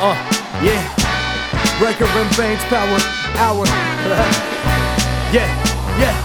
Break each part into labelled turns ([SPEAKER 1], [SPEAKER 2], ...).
[SPEAKER 1] Uh, yeah. Breaker and Bane's power hour. yeah, yeah.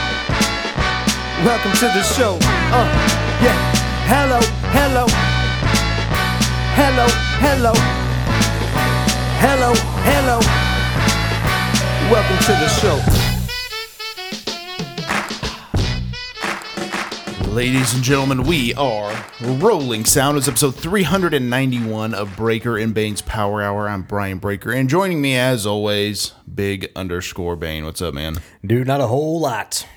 [SPEAKER 1] Welcome to the show. Uh, yeah. Hello, hello. Hello, hello. Hello, hello. Welcome to the show.
[SPEAKER 2] Ladies and gentlemen, we are Rolling Sound. It's episode 391 of Breaker and Bane's Power Hour. I'm Brian Breaker, and joining me as always, Big Underscore Bane. What's up, man?
[SPEAKER 3] Dude, not a whole lot.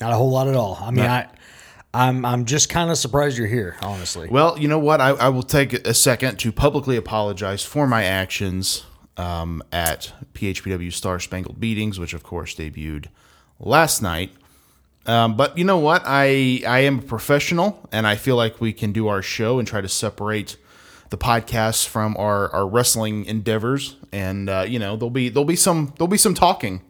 [SPEAKER 3] Not a whole lot at all. I mean, I, I'm I'm just kind of surprised you're here, honestly.
[SPEAKER 2] Well, you know what? I, I will take a second to publicly apologize for my actions um, at PHPW Star Spangled Beatings, which of course debuted last night. Um, but you know what? I I am a professional, and I feel like we can do our show and try to separate the podcast from our, our wrestling endeavors. And uh, you know, there'll be there'll be some there'll be some talking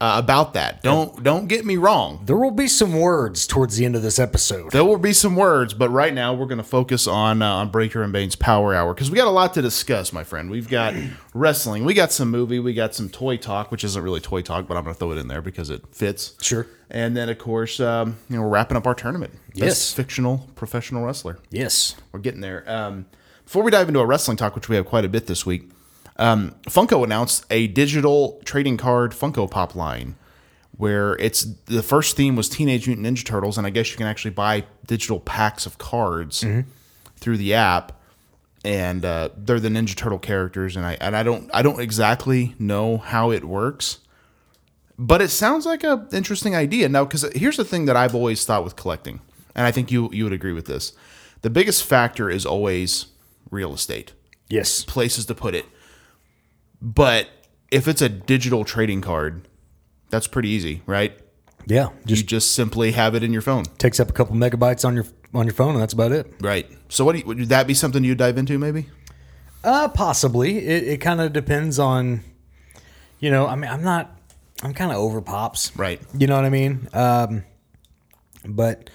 [SPEAKER 2] uh, about that. Don't don't get me wrong.
[SPEAKER 3] There will be some words towards the end of this episode.
[SPEAKER 2] There will be some words, but right now we're going to focus on uh, on Breaker and Bane's Power Hour because we got a lot to discuss, my friend. We've got wrestling, we got some movie, we got some toy talk, which isn't really toy talk, but I'm going to throw it in there because it fits.
[SPEAKER 3] Sure.
[SPEAKER 2] And then, of course, um, you know, we're wrapping up our tournament. Best
[SPEAKER 3] Yes.
[SPEAKER 2] fictional professional wrestler.
[SPEAKER 3] Yes.
[SPEAKER 2] We're getting there. Um, before we dive into our wrestling talk, which we have quite a bit this week, um, Funko announced a digital trading card Funko Pop line where it's the first theme was Teenage Mutant Ninja Turtles, and I guess you can actually buy digital packs of cards through the app. And uh, they're the Ninja Turtle characters, and I and I don't I don't exactly know how it works, but it sounds like a interesting idea. Now, because here's the thing that I've always thought with collecting, and I think you you would agree with this. The biggest factor is always real estate
[SPEAKER 3] Yes.
[SPEAKER 2] places to put it. But if it's a digital trading card, that's pretty easy, right?
[SPEAKER 3] Yeah. Just
[SPEAKER 2] you just simply have it in your phone,
[SPEAKER 3] takes up a couple megabytes on your on your phone, and that's about it.
[SPEAKER 2] right? So, what do you, would that be something you dive into? Maybe
[SPEAKER 3] Uh, possibly. It it kind of depends on, you know. I mean, I'm not. I'm kind of over pops.
[SPEAKER 2] Right.
[SPEAKER 3] You know what I mean? Um, but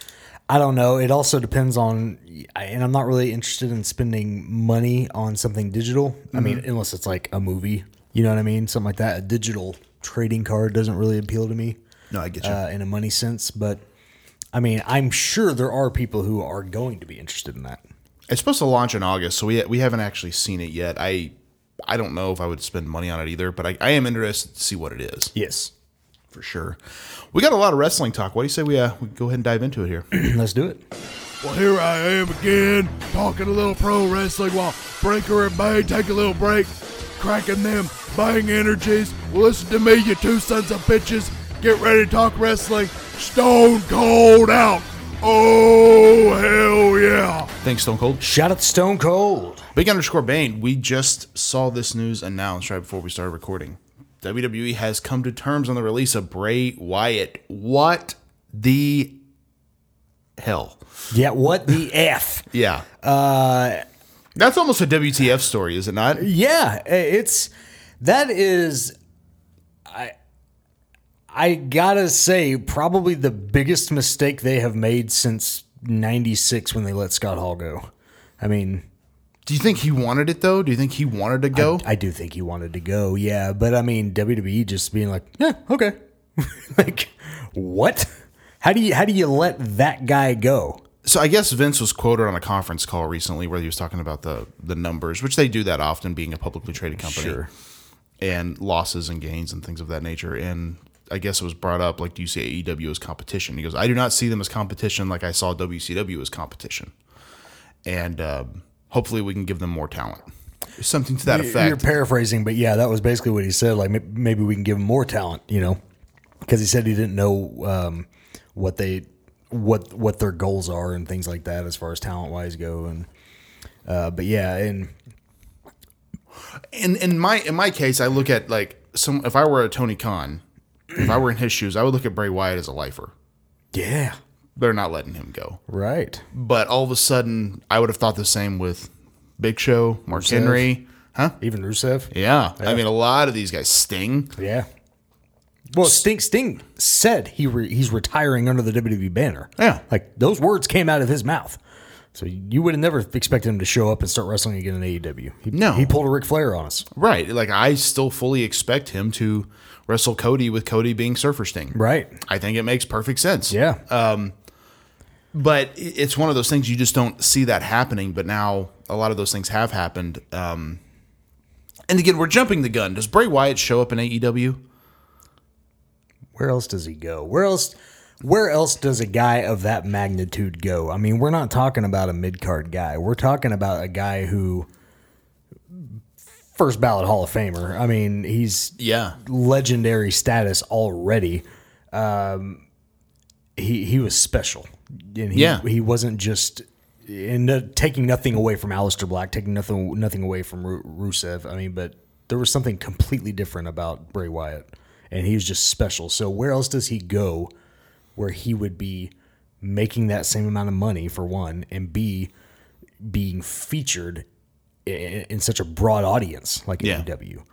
[SPEAKER 3] I don't know. It also depends on, I- and I'm not really interested in spending money on something digital. I mean, unless it's like a movie, you know what I mean? Something like that. A digital trading card doesn't really appeal to me
[SPEAKER 2] no, I get
[SPEAKER 3] uh, in a money sense. But I mean, I'm sure there are people who are going to be interested in that.
[SPEAKER 2] it's supposed to launch in August, so we we haven't actually seen it yet. I I don't know if I would spend money on it either, but I, I am interested to see what it is
[SPEAKER 3] Yes.
[SPEAKER 2] for sure. We got a lot of wrestling talk. What do you say we uh, we go ahead and dive into it here?
[SPEAKER 3] Let's do it.
[SPEAKER 4] Well, here I am again, talking a little pro wrestling while Breaker and Bay take a little break, cracking them bang energies. Well, listen to me, you two sons of bitches. Get ready to talk wrestling. Stone cold out. Oh, hell yeah.
[SPEAKER 2] Thanks, Stone Cold.
[SPEAKER 3] Shout out to Stone Cold.
[SPEAKER 2] Big underscore Bane, we just saw this news announced right before we started recording. WWE has come to terms on the release of Bray Wyatt. What the hell?
[SPEAKER 3] Yeah. What the F?
[SPEAKER 2] Yeah. Uh, That's almost a WTF story, is it not?
[SPEAKER 3] Yeah, i- it's that is I I got to say probably the biggest mistake they have made since 96 when they let Scott Hall go. I mean,
[SPEAKER 2] Do you think he wanted it though? Do you think he wanted to go?
[SPEAKER 3] I do think he wanted to go, yeah. But I mean, WWE just being like, yeah, okay. like, what? How do you how do you let that guy go?
[SPEAKER 2] so I guess Vince was quoted on a conference call recently where he was talking about the the numbers, which they do that often, being a publicly traded company, and losses and gains and things of that nature. And I guess it was brought up like, do you see AEW as competition? He goes, I do not see them as competition, like I saw WCW as competition. And um, hopefully, we can give them more talent, something to that effect.
[SPEAKER 3] You're paraphrasing, but yeah, that was basically what he said. Like, may- maybe we can give him more talent, you know, because he said he didn't know um, what they what what their goals are and things like that as far as talent wise go. And uh, but yeah, and
[SPEAKER 2] in in my in my case, I look at like some. If I were a Tony Khan, if I were in his shoes, I would look at Bray Wyatt as a lifer.
[SPEAKER 3] yeah,
[SPEAKER 2] They're not letting him go.
[SPEAKER 3] right.
[SPEAKER 2] But all of a sudden, I would have thought the same with Big Show, Mark Henry.
[SPEAKER 3] Even Rusev,
[SPEAKER 2] Yeah. I mean, a lot of these guys sting.
[SPEAKER 3] yeah. Well, Sting Sting said he re, he's retiring under the WWE banner.
[SPEAKER 2] Yeah.
[SPEAKER 3] like those words came out of his mouth. So you would have never expected him to show up and start wrestling again in AEW. He,
[SPEAKER 2] No.
[SPEAKER 3] he pulled a Ric Flair on us.
[SPEAKER 2] Right. Like, I still fully expect him to wrestle Cody with Cody being Surfer Sting.
[SPEAKER 3] Right.
[SPEAKER 2] I think it makes perfect sense.
[SPEAKER 3] Yeah.
[SPEAKER 2] But i- it's one of those things you just don't see that happening. But now a lot of those things have happened. Um, and again, we're jumping the gun. Does Bray Wyatt show up in E AEW?
[SPEAKER 3] where else does he go? Where else? Where else does a guy of that magnitude go? I mean, we're not talking about a mid card guy. We're talking about a guy who first ballot Hall of Famer. I mean, he's
[SPEAKER 2] Yeah.
[SPEAKER 3] legendary status already. Um, he he was special, and he,
[SPEAKER 2] Yeah.
[SPEAKER 3] he wasn't just and uh, taking nothing away from Aleister Black, taking nothing nothing away from Ru- Rusev. I mean, but there was something completely different about Bray Wyatt, and he was just special. So where else does he go where he would be making that same amount of money for one, and B being featured in, in such a broad audience like
[SPEAKER 2] Yeah.
[SPEAKER 3] AEW?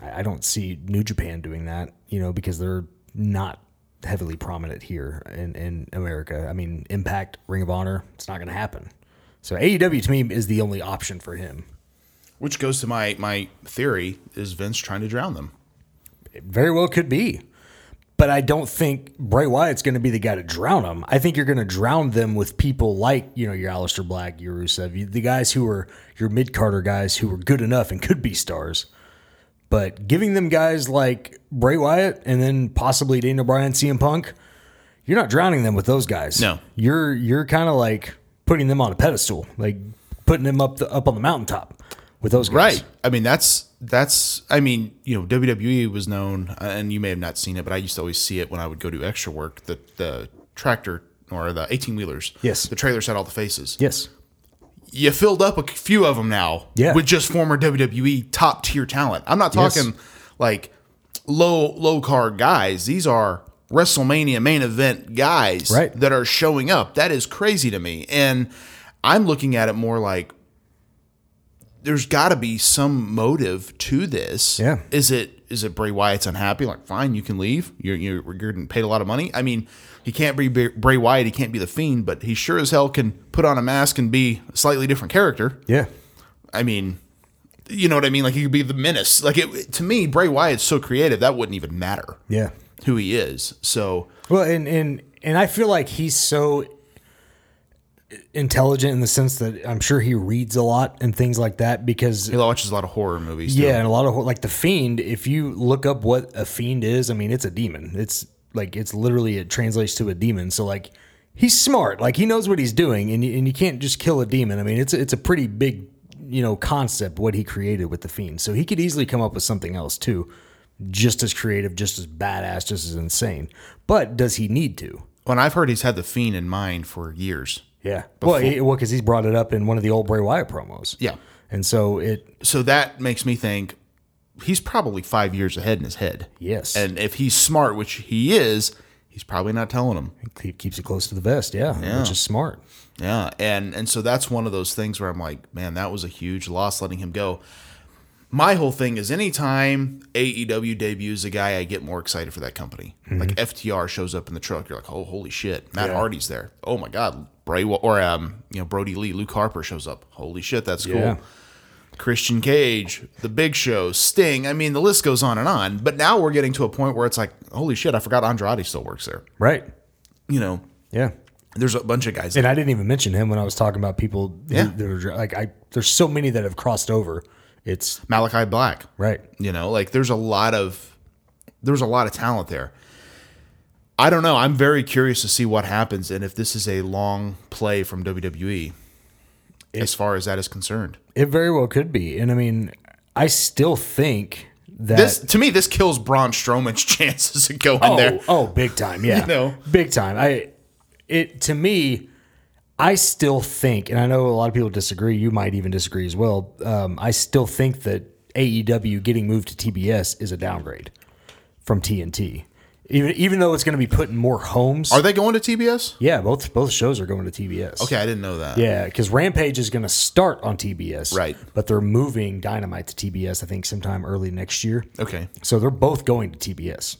[SPEAKER 3] I I don't see New Japan doing that, you know, because they're not heavily prominent here in, in America. I mean, Impact, Ring of Honor, it's not going to happen. So AEW to me is the only option for him.
[SPEAKER 2] Which goes to my my theory is Vince trying to drown them.
[SPEAKER 3] It very well could be. But I don't think Bray Wyatt's going to be the guy to drown them. I think you're going to drown them with people like, you know, your Aleister Black, your Rusev, you- the guys who are your mid Carter guys who were good enough and could be stars. But giving them guys like Bray Wyatt and then possibly Daniel Bryan, CM Punk, you're not drowning them with those guys.
[SPEAKER 2] No.
[SPEAKER 3] you're you're kind of like putting them on a pedestal, like putting them up the, up on the mountaintop with those guys.
[SPEAKER 2] Right. I mean, that's that's. I mean, you know, WWE was known, and you may have not seen it, but I used to always see it when I would go do extra work. The the tractor or the eighteen wheelers.
[SPEAKER 3] Yes.
[SPEAKER 2] The trailers had all the faces.
[SPEAKER 3] Yes.
[SPEAKER 2] You filled up a few of them now.
[SPEAKER 3] Yeah.
[SPEAKER 2] With just former WWE top tier talent. I'm not
[SPEAKER 3] Yes.
[SPEAKER 2] talking like low low card guys. These are WrestleMania main event guys
[SPEAKER 3] Right.
[SPEAKER 2] that are showing up. That is crazy to me. And I'm looking at it more like there's got to be some motive to this.
[SPEAKER 3] Yeah.
[SPEAKER 2] Is it is it Bray Wyatt's unhappy? Like, fine, you can leave. You're you're, you're getting paid a lot of money. I mean, he can't be Br- Bray Wyatt. He can't be the fiend, but he sure as hell can put on a mask and be a slightly different character.
[SPEAKER 3] Yeah.
[SPEAKER 2] I mean, you know what I mean? Like he could be the menace. Like it, to me, Bray Wyatt's so creative that wouldn't even matter
[SPEAKER 3] Yeah.
[SPEAKER 2] who he is. So
[SPEAKER 3] Well, and and and I feel like he's so intelligent in the sense that I'm sure he reads a lot and things like that because
[SPEAKER 2] he watches a lot of horror movies. too.
[SPEAKER 3] yeah, and a lot of hor- like the fiend. If you look up what a fiend is, I mean, it's a demon. It's like it's literally it translates to a demon. So like he's smart. Like he knows what he's doing, and you, and you can't just kill a demon. I mean, it's a- it's a pretty big you know concept what he created with the fiend. So he could easily come up with something else too, just as creative, just as badass, just as insane. But does he need to?
[SPEAKER 2] When I've heard he's had the fiend in mind for years.
[SPEAKER 3] Yeah. Well, he- well, because he's brought it up in one of the old Bray Wyatt promos.
[SPEAKER 2] Yeah.
[SPEAKER 3] And so it
[SPEAKER 2] So that makes me think he's probably five years ahead in his head.
[SPEAKER 3] Yes.
[SPEAKER 2] And if he's smart, which he is, he's probably not telling him.
[SPEAKER 3] keep- keeps it close to the vest. yeah. Which is smart.
[SPEAKER 2] Yeah, and and so that's one of those things where I'm like, man, that was a huge loss letting him go. My whole thing is anytime AEW debuts a guy, I get more excited for that company. Like FTR shows up in the truck, you're like, oh, holy shit, Matt Hardy's there. Oh my god, Bray Wa- or um, you know Brody Lee, Luke Harper shows up. Holy shit, that's cool.
[SPEAKER 3] Yeah.
[SPEAKER 2] Christian Cage, The Big Show, Sting. I mean, the list goes on and on. But now we're getting to a point where it's like, holy shit, I forgot Andrade still works there.
[SPEAKER 3] Right.
[SPEAKER 2] You know,
[SPEAKER 3] Yeah.
[SPEAKER 2] there's a bunch of guys.
[SPEAKER 3] And I didn't even mention him when I was talking about people who-
[SPEAKER 2] Yeah.
[SPEAKER 3] that are dr- like I there's so many that have crossed over. It's
[SPEAKER 2] Malachi Black.
[SPEAKER 3] right.
[SPEAKER 2] You know, like there's a lot of there's a lot of talent there. I don't know. I'm very curious to see what happens and if this is a long play from WWE as far as that is concerned.
[SPEAKER 3] It very well could be. And I mean, I still think that
[SPEAKER 2] This to me, this kills Braun Strowman's chances of going
[SPEAKER 3] oh,
[SPEAKER 2] there.
[SPEAKER 3] oh, big time, yeah.
[SPEAKER 2] You know.
[SPEAKER 3] Big time. I it to me I still think, and I know a lot of people disagree. You might even disagree as well. Um, I still think that AEW getting moved to TBS is a downgrade from TNT, even even though it's going to be put in more homes.
[SPEAKER 2] Are they going to TBS?
[SPEAKER 3] Yeah, both both shows are going to TBS.
[SPEAKER 2] Okay, I didn't know that.
[SPEAKER 3] Yeah, because Rampage is going to start on TBS.
[SPEAKER 2] Right.
[SPEAKER 3] But they're moving Dynamite to TBS, I think, sometime early next year.
[SPEAKER 2] Okay.
[SPEAKER 3] So they're both going to TBS.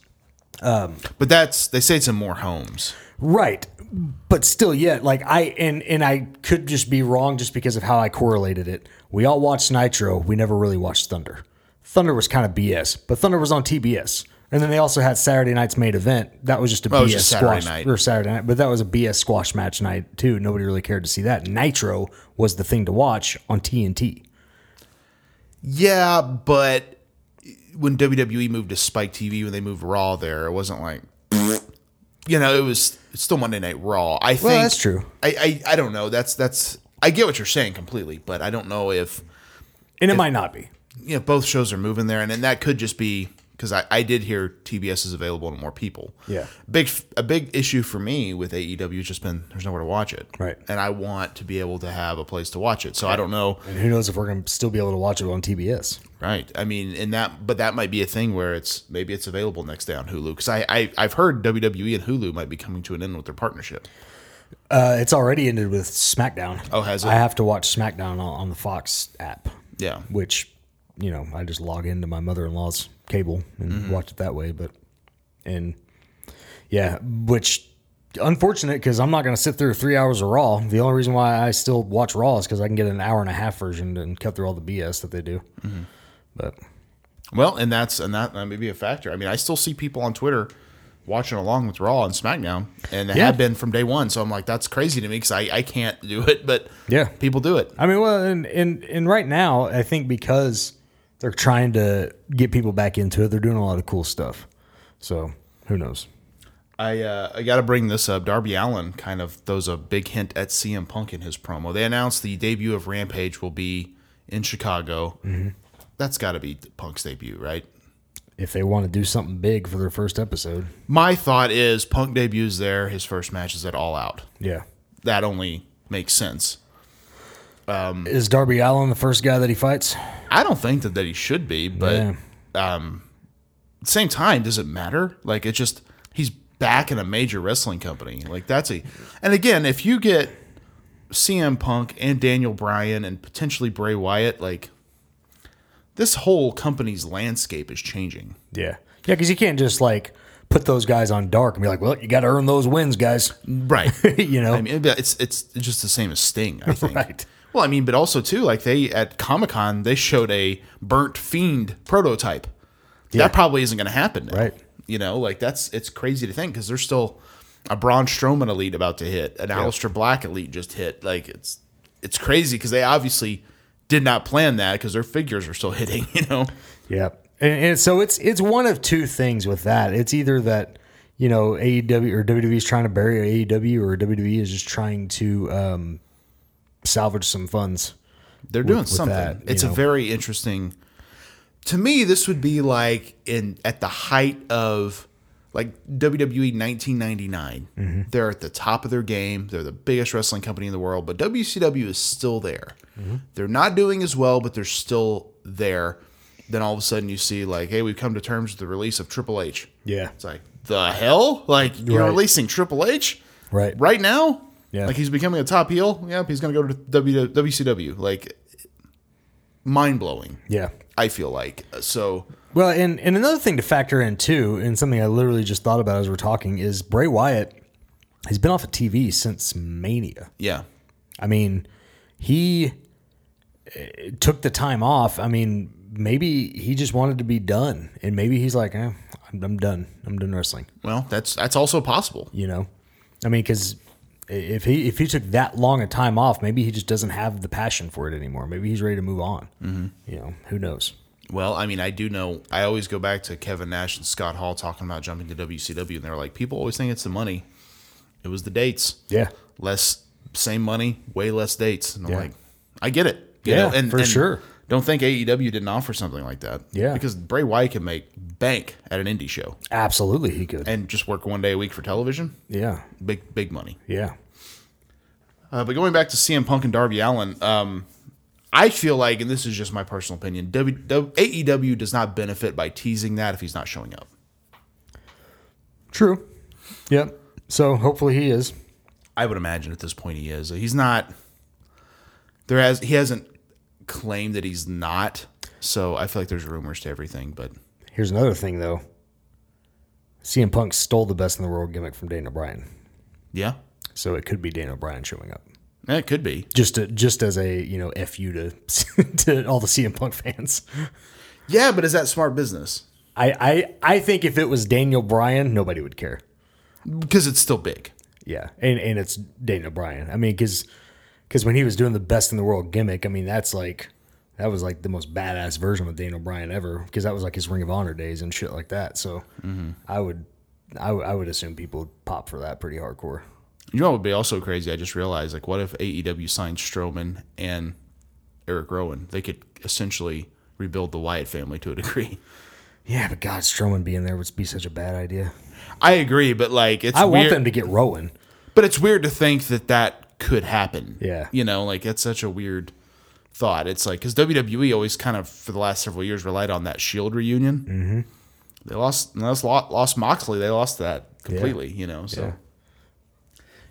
[SPEAKER 2] But that's they say it's in more homes.
[SPEAKER 3] Right. But still yet, like I and and I could just be wrong just because of how I correlated it. We all watched Nitro, we never really watched Thunder. Thunder was kind of BS, but Thunder was on TBS. And then they also had Saturday night's main event. That was just a
[SPEAKER 2] Oh, it
[SPEAKER 3] BS
[SPEAKER 2] was just Saturday
[SPEAKER 3] squash
[SPEAKER 2] night.
[SPEAKER 3] or Saturday night, but that was a BS squash match night too. Nobody really cared to see that. Nitro was the thing to watch on TNT.
[SPEAKER 2] Yeah, but when WWE moved to Spike TV, when they moved Raw there, it wasn't like, you know, it was it's still Monday Night Raw. I think
[SPEAKER 3] that's true.
[SPEAKER 2] I, I I don't know. That's that's I get what you're saying completely, but I don't know if
[SPEAKER 3] And it might not be.
[SPEAKER 2] you know both shows are moving there, and, and that could just be because I, I did hear TBS is available to more people.
[SPEAKER 3] Yeah.
[SPEAKER 2] big f- a big issue for me with AEW has just been there's nowhere to watch it.
[SPEAKER 3] Right.
[SPEAKER 2] and I want to be able to have a place to watch it. So I don't know.
[SPEAKER 3] And who knows if we're going to still be able to watch it on TBS.
[SPEAKER 2] Right. I mean, and that, but that might be a thing where it's maybe it's available next day on Hulu because I, I I've heard WWE and Hulu might be coming to an end with their partnership.
[SPEAKER 3] Uh, it's already ended with SmackDown.
[SPEAKER 2] Oh, has it?
[SPEAKER 3] I have to watch SmackDown on, on the Fox app.
[SPEAKER 2] Yeah.
[SPEAKER 3] Which, you know, I just log into my mother in law's cable and
[SPEAKER 2] Mm-hmm.
[SPEAKER 3] watch it that way. But, and yeah, which unfortunate because I'm not going to sit through three hours of Raw. The only reason why I still watch Raw is because I can get an hour and a half version and cut through all the BS that they do.
[SPEAKER 2] Mm-hmm.
[SPEAKER 3] But
[SPEAKER 2] Well, and that's and that, that may be a factor. I mean, I still see people on Twitter watching along with Raw and SmackDown, and they
[SPEAKER 3] Yeah.
[SPEAKER 2] have been from day one. So I'm like, that's crazy to me because I I can't do it, but
[SPEAKER 3] Yeah.
[SPEAKER 2] people do it.
[SPEAKER 3] I mean, well, and, and and right now, I think because they're trying to get people back into it, they're doing a lot of cool stuff. So who knows?
[SPEAKER 2] I uh, I got to bring this up. Darby Allen kind of throws a big hint at CM Punk in his promo. They announced the debut of Rampage will be in Chicago. That's got to be Punk's debut, right?
[SPEAKER 3] If they want to do something big for their first episode,
[SPEAKER 2] My thought is Punk debuts there. His first match is at All Out.
[SPEAKER 3] yeah.
[SPEAKER 2] That only makes sense.
[SPEAKER 3] Is Darby Allen the first guy that he fights?
[SPEAKER 2] I don't think that, that he should be, but
[SPEAKER 3] Yeah.
[SPEAKER 2] um, at the same time, does it matter? Like it just he's back in a major wrestling company. Like that's a and again, if you get CM Punk and Daniel Bryan and potentially Bray Wyatt, like this whole company's landscape is changing.
[SPEAKER 3] Yeah. Yeah, because you can't just like put those guys on dark and be like, well, you got to earn those wins, guys.
[SPEAKER 2] Right.
[SPEAKER 3] you know?
[SPEAKER 2] I mean, but it's it's just the same as Sting, I think.
[SPEAKER 3] Right.
[SPEAKER 2] Well, I mean, but also too, like they at Comic Con, they showed a burnt fiend prototype. That probably isn't going to happen, now.
[SPEAKER 3] Right.
[SPEAKER 2] You know, like that's it's crazy to think because there's still a Braun Strowman elite about to hit, an Aleister Black elite just hit. Like it's it's crazy because they obviously did not plan that because their figures are still hitting. You know,
[SPEAKER 3] Yeah, and, and so it's it's one of two things with that. It's either that you know AEW or WWE is trying to bury AEW, or WWE is just trying to um, salvage some funds.
[SPEAKER 2] they're doing
[SPEAKER 3] with
[SPEAKER 2] something.
[SPEAKER 3] that, you
[SPEAKER 2] it's a
[SPEAKER 3] know.
[SPEAKER 2] very interesting. To me, this would be like in at the height of like WWE 1999.
[SPEAKER 3] Mm-hmm.
[SPEAKER 2] They're at the top of their game. They're the biggest wrestling company in the world, but WCW is still there.
[SPEAKER 3] Mm-hmm.
[SPEAKER 2] They're not doing as well, but they're still there. Then all of a sudden, you see like, hey, we've come to terms with the release of Triple H.
[SPEAKER 3] Yeah,
[SPEAKER 2] It's like the hell, like you're
[SPEAKER 3] Right.
[SPEAKER 2] releasing Triple H
[SPEAKER 3] right,
[SPEAKER 2] right now.
[SPEAKER 3] Yeah.
[SPEAKER 2] Like he's becoming a top heel. Yep, he's going to go to w, WCW. Like mind blowing.
[SPEAKER 3] Yeah.
[SPEAKER 2] I feel like so.
[SPEAKER 3] Well, and, and another thing to factor in too, and something I literally just thought about as we're talking is Bray Wyatt has been off of TV since Mania.
[SPEAKER 2] Yeah,
[SPEAKER 3] I mean, he eh, took the time off. I mean, maybe he just wanted to be done, and maybe he's like, eh, I'm, I'm done. I'm done wrestling.
[SPEAKER 2] well, that's that's also possible.
[SPEAKER 3] You know, I mean, because if he if he took that long a time off, maybe he just doesn't have the passion for it anymore. Maybe he's ready to move on. You know, who knows?
[SPEAKER 2] Well, I mean, I do know. I always go back to Kevin Nash and Scott Hall talking about jumping to WCW, and they're like, people always think it's the money. It was the dates.
[SPEAKER 3] Yeah.
[SPEAKER 2] less same money, way less dates. And I'm like, I get it. you
[SPEAKER 3] Yeah, for sure.
[SPEAKER 2] Don't think AEW didn't offer something like that.
[SPEAKER 3] Yeah.
[SPEAKER 2] Because Bray Wyatt can make bank at an indie show
[SPEAKER 3] Absolutely, he could.
[SPEAKER 2] and just work one day a week for television.
[SPEAKER 3] Yeah,
[SPEAKER 2] Big, big money.
[SPEAKER 3] yeah.
[SPEAKER 2] Uh, but going back to CM Punk and Darby Allen, um, I feel like, and this is just my personal opinion, w, w, AEW does not benefit by teasing that if he's not showing up.
[SPEAKER 3] True. Yep. So hopefully he is.
[SPEAKER 2] I would imagine at this point he is. He's not. There has he hasn't claimed that he's not. So I feel like there's rumors to everything, but
[SPEAKER 3] Here's another thing though. CM Punk stole the best in the world gimmick from Dana Bryan.
[SPEAKER 2] yeah,
[SPEAKER 3] So it could be Dana Bryan showing up.
[SPEAKER 2] Yeah, it could be.
[SPEAKER 3] Just to, just as a, you know, fu to to all the CM Punk fans.
[SPEAKER 2] Yeah, but is that smart business?
[SPEAKER 3] I I I think if it was Daniel Bryan, nobody would care.
[SPEAKER 2] Because it's still big.
[SPEAKER 3] Yeah. And and it's Dana Bryan. I mean cuz cuz when he was doing the best in the world gimmick, I mean that's like that was like the most badass version of Daniel Bryan ever because that was like his Ring of Honor days and shit like that. So I would I would- I would assume people would pop for that pretty hardcore.
[SPEAKER 2] You know what would be also crazy? I just realized like, what if AEW signed Strowman and Eric Rowan? They could essentially rebuild the Wyatt family to a degree.
[SPEAKER 3] Yeah, but God, Strowman being there would be such a bad idea.
[SPEAKER 2] I agree, but like, it's
[SPEAKER 3] I want
[SPEAKER 2] weird-
[SPEAKER 3] them to get Rowan.
[SPEAKER 2] But it's weird to think that that could happen.
[SPEAKER 3] Yeah.
[SPEAKER 2] You know, like it's such a weird thought. It's like because WWE E always kind of for the last several years relied on that Shield E reunion. Mm-hmm. They lost, lost lost Moxley. They lost that completely. You know, so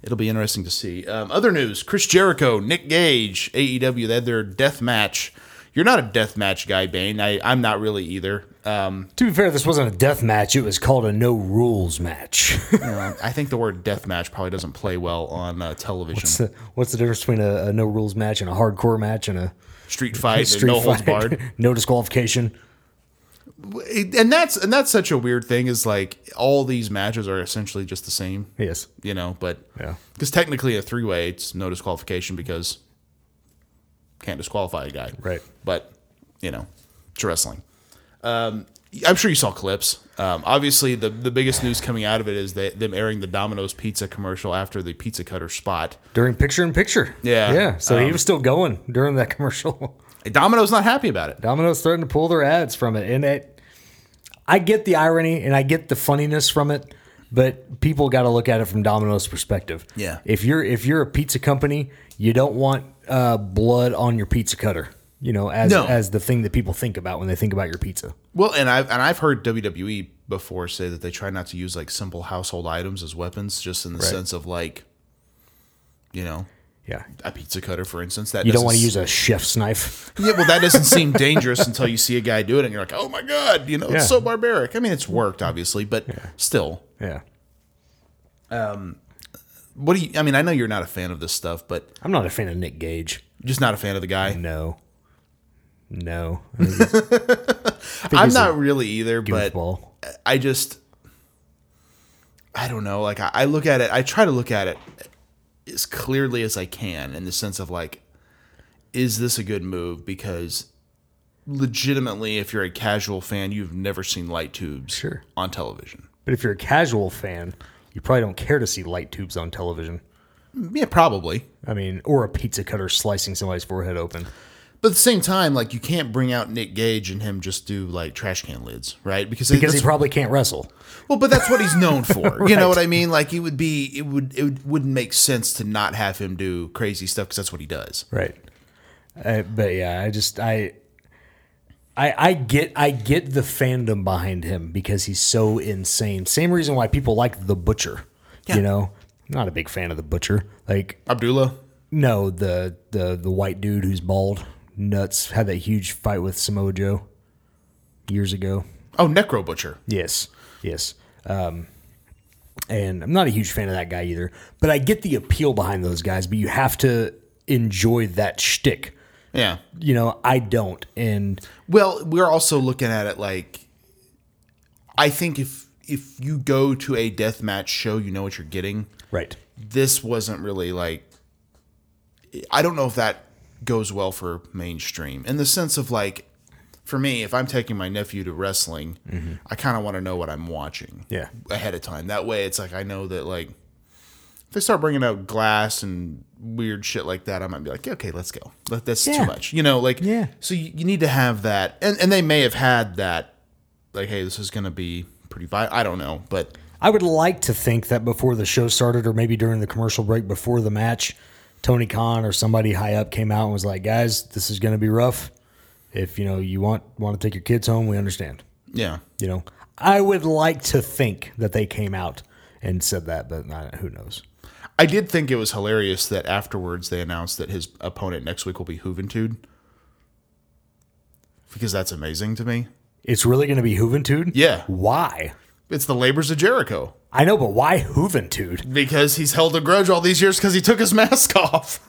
[SPEAKER 2] it'll be interesting to see. Um, other news: Chris Jericho, Nick Gage, AEW. They had their death match. You're not a death match guy, Bane. I, I'm not really either. Um,
[SPEAKER 3] To be fair, this wasn't a death match. It was called a no rules match.
[SPEAKER 2] I think the word death match probably doesn't play well on uh, television.
[SPEAKER 3] So What's the difference between a, a no rules match and a hardcore match and a
[SPEAKER 2] Street fight,
[SPEAKER 3] street
[SPEAKER 2] no holds
[SPEAKER 3] fight?
[SPEAKER 2] barred.
[SPEAKER 3] no disqualification?
[SPEAKER 2] it- and that's and that's such a weird thing is like all these matches are essentially just the same
[SPEAKER 3] Yes.
[SPEAKER 2] you know but
[SPEAKER 3] Yeah.
[SPEAKER 2] because technically a three-way it's no disqualification because can't disqualify a guy
[SPEAKER 3] Right.
[SPEAKER 2] but you know it's wrestling um i'm sure you saw clips um obviously the the biggest news coming out of it is that them airing the domino's pizza commercial after the pizza cutter spot
[SPEAKER 3] During picture in picture.
[SPEAKER 2] Yeah. Um,
[SPEAKER 3] Yeah. So he was still going during that commercial.
[SPEAKER 2] domino's not happy about it
[SPEAKER 3] Domino's starting to pull their ads from it. And it, I get the irony and I get the funniness from it, but people got to look at it from Domino's perspective.
[SPEAKER 2] Yeah.
[SPEAKER 3] If you're if you're a pizza company, you don't want uh, blood on your pizza cutter. You know, as
[SPEAKER 2] No.
[SPEAKER 3] as the thing that people think about when they think about your pizza.
[SPEAKER 2] Well, and I've and I've heard WWE before say that they try not to use like simple household items as weapons, just in the sense of like, you know,
[SPEAKER 3] Yeah.
[SPEAKER 2] a pizza cutter, for instance. That
[SPEAKER 3] You don't want to
[SPEAKER 2] doesn't
[SPEAKER 3] use a chef's knife.
[SPEAKER 2] s- Yeah, well, that doesn't seem dangerous until you see a guy do it, and you're like, oh my god, you know,
[SPEAKER 3] Yeah.
[SPEAKER 2] it's so barbaric. I mean, it's worked obviously, but still,
[SPEAKER 3] Yeah.
[SPEAKER 2] what do you? I mean, I know you're not a fan of this stuff, but
[SPEAKER 3] I'm not a fan of Nick Gage.
[SPEAKER 2] just not a fan of the guy.
[SPEAKER 3] No. No. I think
[SPEAKER 2] I'm
[SPEAKER 3] he's a
[SPEAKER 2] not really either, but
[SPEAKER 3] goofball.
[SPEAKER 2] I just I don't know. Like I, I look at it, I try to look at it as clearly as I can in the sense of like, is this a good move? Because legitimately, if you're a casual fan, you've never seen light tubes
[SPEAKER 3] Sure.
[SPEAKER 2] on television.
[SPEAKER 3] But if you're a casual fan, you probably don't care to see light tubes on television.
[SPEAKER 2] Yeah, probably.
[SPEAKER 3] I mean, or a pizza cutter slicing somebody's forehead open.
[SPEAKER 2] But at the same time, like you can't bring out Nick Gage and him just do like trash can lids, right? Because
[SPEAKER 3] Because he
[SPEAKER 2] it's-
[SPEAKER 3] probably can't wrestle.
[SPEAKER 2] Well, but that's what he's known for. You know what I mean? Like it would be, it would, it would, wouldn't make sense to not have him do crazy stuff because that's what he does.
[SPEAKER 3] Right. Uh, but yeah, I just I, I I get I get the fandom behind him because he's so insane. Same reason why people like the butcher. You know, not a big fan of the butcher. Like
[SPEAKER 2] Abdullah.
[SPEAKER 3] no, the the the white dude who's bald. nuts had that huge fight with Samoa Joe years ago.
[SPEAKER 2] Oh, Necro Butcher.
[SPEAKER 3] Yes, yes. Um, and I'm not a huge fan of that guy either, but I get the appeal behind those guys. But you have to enjoy that shtick.
[SPEAKER 2] Yeah.
[SPEAKER 3] You know, I don't, and
[SPEAKER 2] Well, we're also looking at it like I think if if you go to a deathmatch show, you know what you're getting.
[SPEAKER 3] right.
[SPEAKER 2] This wasn't really like I don't know if that goes well for mainstream in the sense of like for me, if I'm taking my nephew to wrestling, I kind of want to know what I'm watching.
[SPEAKER 3] Mm-hmm. Yeah.
[SPEAKER 2] Ahead of time. That way it's like I know that like if they start bringing out glass and weird shit like that, I might be like, "Yeah, okay, let's go. Let- That's
[SPEAKER 3] Yeah.
[SPEAKER 2] too much. You know, like
[SPEAKER 3] Yeah.
[SPEAKER 2] so you, you need to have that. And and they may have had that like, hey, this is going to be pretty violent. I don't know, but
[SPEAKER 3] I would like to think that before the show started, or maybe during the commercial break before the match, Tony Khan or somebody high up came out and was like, "Guys, this is going to be rough. If you know you want want to take your kids home, we understand."
[SPEAKER 2] yeah.
[SPEAKER 3] You know, I would like to think that they came out and said that, but I, who knows?
[SPEAKER 2] I did think it was hilarious that afterwards they announced that his opponent next week will be Juventud. Because that's amazing to me.
[SPEAKER 3] It's really going to be Juventud.
[SPEAKER 2] Yeah.
[SPEAKER 3] Why?
[SPEAKER 2] It's the labors of Jericho.
[SPEAKER 3] I know, but why Juventud?
[SPEAKER 2] Because he's held a grudge all these years because he took his mask off.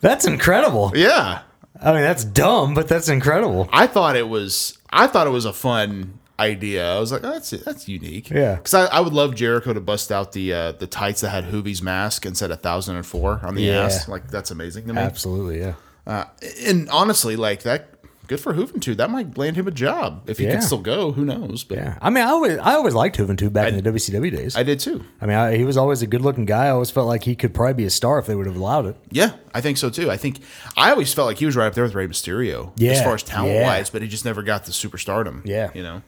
[SPEAKER 3] That's incredible.
[SPEAKER 2] yeah.
[SPEAKER 3] I mean, that's dumb, but that's incredible.
[SPEAKER 2] I thought it was I thought it was a fun idea. I was like, oh, that's that's unique.
[SPEAKER 3] Yeah.
[SPEAKER 2] Because I, I would love Jericho to bust out the uh, the tights that had Hoovy's mask and said thousand and four on the
[SPEAKER 3] Yeah.
[SPEAKER 2] ass. Like that's amazing to me.
[SPEAKER 3] Absolutely, yeah.
[SPEAKER 2] Uh, And honestly, like that good for Hooventude. That might land him a job. If he
[SPEAKER 3] Yeah.
[SPEAKER 2] can still go, who knows? But
[SPEAKER 3] Yeah, I mean, I always I always liked Juventud back in the WCW days.
[SPEAKER 2] I did too.
[SPEAKER 3] I mean, I, he was always a good-looking guy. I always felt like he could probably be a star if they would have allowed it.
[SPEAKER 2] Yeah, I think so too. I think I always felt like he was right up there with Rey Mysterio as
[SPEAKER 3] Yeah,
[SPEAKER 2] far as talent
[SPEAKER 3] yeah.
[SPEAKER 2] wise, but he just never got the superstardom.
[SPEAKER 3] Yeah.
[SPEAKER 2] you know.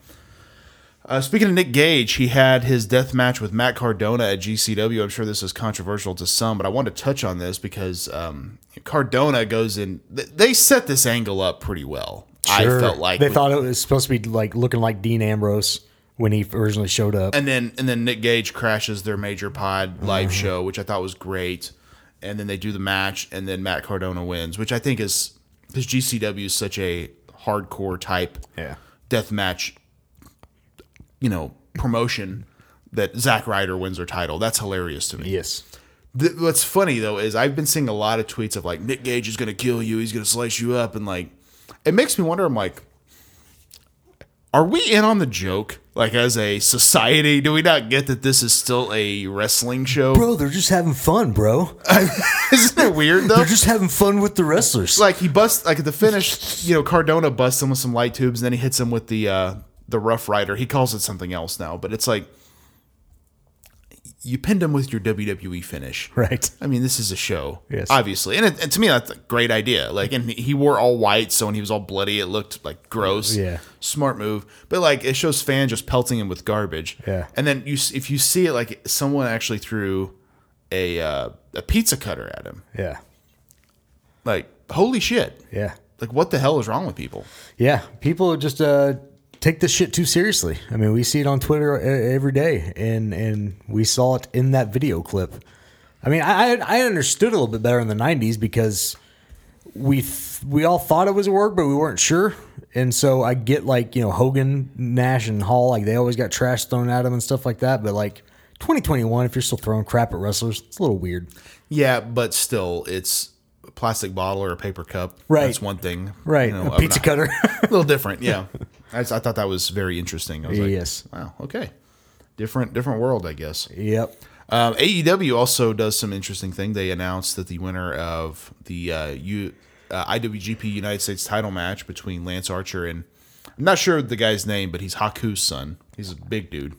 [SPEAKER 2] Uh, speaking of Nick Gage, he had his death match with Matt Cardona at GCW. I'm sure this is controversial to some, but I wanted to touch on this because um, Cardona goes in. th- They set this angle up pretty well. I felt like
[SPEAKER 3] they
[SPEAKER 2] with-
[SPEAKER 3] thought it was supposed to be like looking like Dean Ambrose when he originally showed up.
[SPEAKER 2] and then and then Nick Gage crashes their major pod live show, which I thought was great. And then they do the match, and then Matt Cardona wins, which I think is because GCW is such a hardcore type
[SPEAKER 3] Yeah.
[SPEAKER 2] death match, you know, promotion that Zack Ryder wins their title. That's hilarious to me.
[SPEAKER 3] yes,
[SPEAKER 2] Th- what's funny though is I've been seeing a lot of tweets of like Nick Gage is going to kill you, he's going to slice you up, and like it makes me wonder. I'm like, are we in on the joke? Like as a society, do we not get that this is still a wrestling show?
[SPEAKER 3] bro, they're just having fun, bro.
[SPEAKER 2] Isn't it weird though?
[SPEAKER 3] They're just having fun with the wrestlers.
[SPEAKER 2] like he busts like at the finish, you know, Cardona busts him with some light tubes, and then he hits him with the uh the Rough Rider. He calls it something else now, but it's like you pinned him with your WWE finish,
[SPEAKER 3] Right.
[SPEAKER 2] I mean, this is a show,
[SPEAKER 3] Yes.
[SPEAKER 2] obviously, and, it, and to me, that's a great idea. Like, and he wore all white, so when he was all bloody, it looked like gross.
[SPEAKER 3] Yeah.
[SPEAKER 2] smart move. But like, it shows fan just pelting him with garbage.
[SPEAKER 3] Yeah.
[SPEAKER 2] and then you, s- if you see it, like someone actually threw a uh, a pizza cutter at him.
[SPEAKER 3] yeah,
[SPEAKER 2] Like, holy shit!
[SPEAKER 3] yeah,
[SPEAKER 2] Like, what the hell is wrong with people?
[SPEAKER 3] yeah. People just uh, take this shit too seriously. I mean, we see it on Twitter e- every day, and and we saw it in that video clip. I mean, I I I understood a little bit better in the '90s because we th- we all thought it was a word, but we weren't sure. And so I get like you know Hogan, Nash, and Hall like they always got trash thrown at them and stuff like that. But like 2021, if you're still throwing crap at wrestlers, it's a little weird.
[SPEAKER 2] Yeah, but still, it's a plastic bottle or a paper cup.
[SPEAKER 3] Right.
[SPEAKER 2] that's one thing.
[SPEAKER 3] Right,
[SPEAKER 2] You know,
[SPEAKER 3] a pizza
[SPEAKER 2] obnox-
[SPEAKER 3] cutter.
[SPEAKER 2] a little different. Yeah, I, just- I thought that was very interesting. I was like,
[SPEAKER 3] Yes.
[SPEAKER 2] wow, okay, different different world, I guess.
[SPEAKER 3] yep.
[SPEAKER 2] Um, AEW also does some interesting thing. They announced that the winner of the uh, U, uh, IWGP United States title match between Lance Archer and I'm not sure the guy's name, but he's Haku's son. He's a big dude.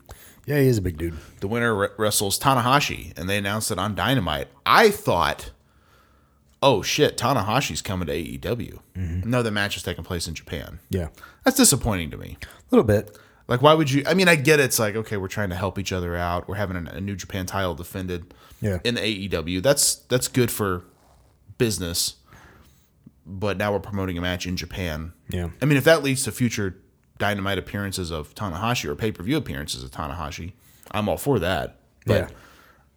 [SPEAKER 3] Yeah, he is a big dude.
[SPEAKER 2] The winner re- wrestles Tanahashi, and they announced it on Dynamite. I thought, oh shit, Tanahashi's coming to AEW. No, the match is taking place in Japan.
[SPEAKER 3] Yeah,
[SPEAKER 2] That's disappointing to me.
[SPEAKER 3] a little bit.
[SPEAKER 2] Like, why would you? I mean, I get it's like, okay, we're trying to help each other out. We're having a, a new Japan title defended
[SPEAKER 3] Yeah.
[SPEAKER 2] in AEW. That's that's good for business. But now we're promoting a match in Japan.
[SPEAKER 3] Yeah.
[SPEAKER 2] I mean, if that leads to future Dynamite appearances of Tanahashi or pay per view appearances of Tanahashi, I'm all for that. But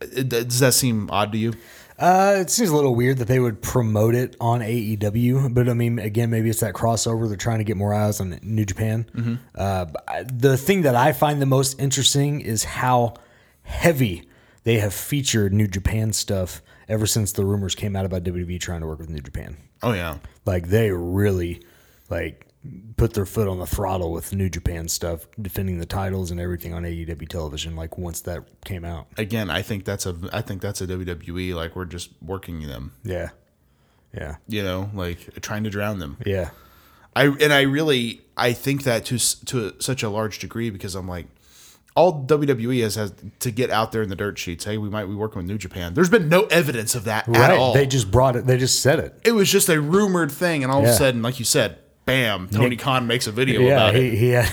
[SPEAKER 3] yeah.
[SPEAKER 2] Uh, Does that seem odd to you?
[SPEAKER 3] Uh, it seems a little weird that they would promote it on AEW, but I mean, again, maybe it's that crossover. They're trying to get more eyes on New Japan. Uh, but I- the thing that I find the most interesting is how heavy they have featured New Japan stuff ever since the rumors came out about WWE trying to work with New Japan.
[SPEAKER 2] Oh yeah.
[SPEAKER 3] Like they really like put their foot on the throttle with New Japan stuff, defending the titles and everything on AEW television. Like once that came out,
[SPEAKER 2] Again, I think that's a I think that's a WWE like we're just working them,
[SPEAKER 3] yeah, yeah,
[SPEAKER 2] you know, like trying to drown them.
[SPEAKER 3] yeah.
[SPEAKER 2] I and I really I think that to s- to such a large degree because I'm like all WWE has, has to get out there in the dirt sheets. Hey, we might be working with New Japan. There's been no evidence of that at all.
[SPEAKER 3] They just brought it. They just said it.
[SPEAKER 2] it was just a rumored thing, and all of
[SPEAKER 3] Yeah.
[SPEAKER 2] a sudden, like you said, bam! Tony Khan makes a video
[SPEAKER 3] Yeah,
[SPEAKER 2] about it.
[SPEAKER 3] he, he had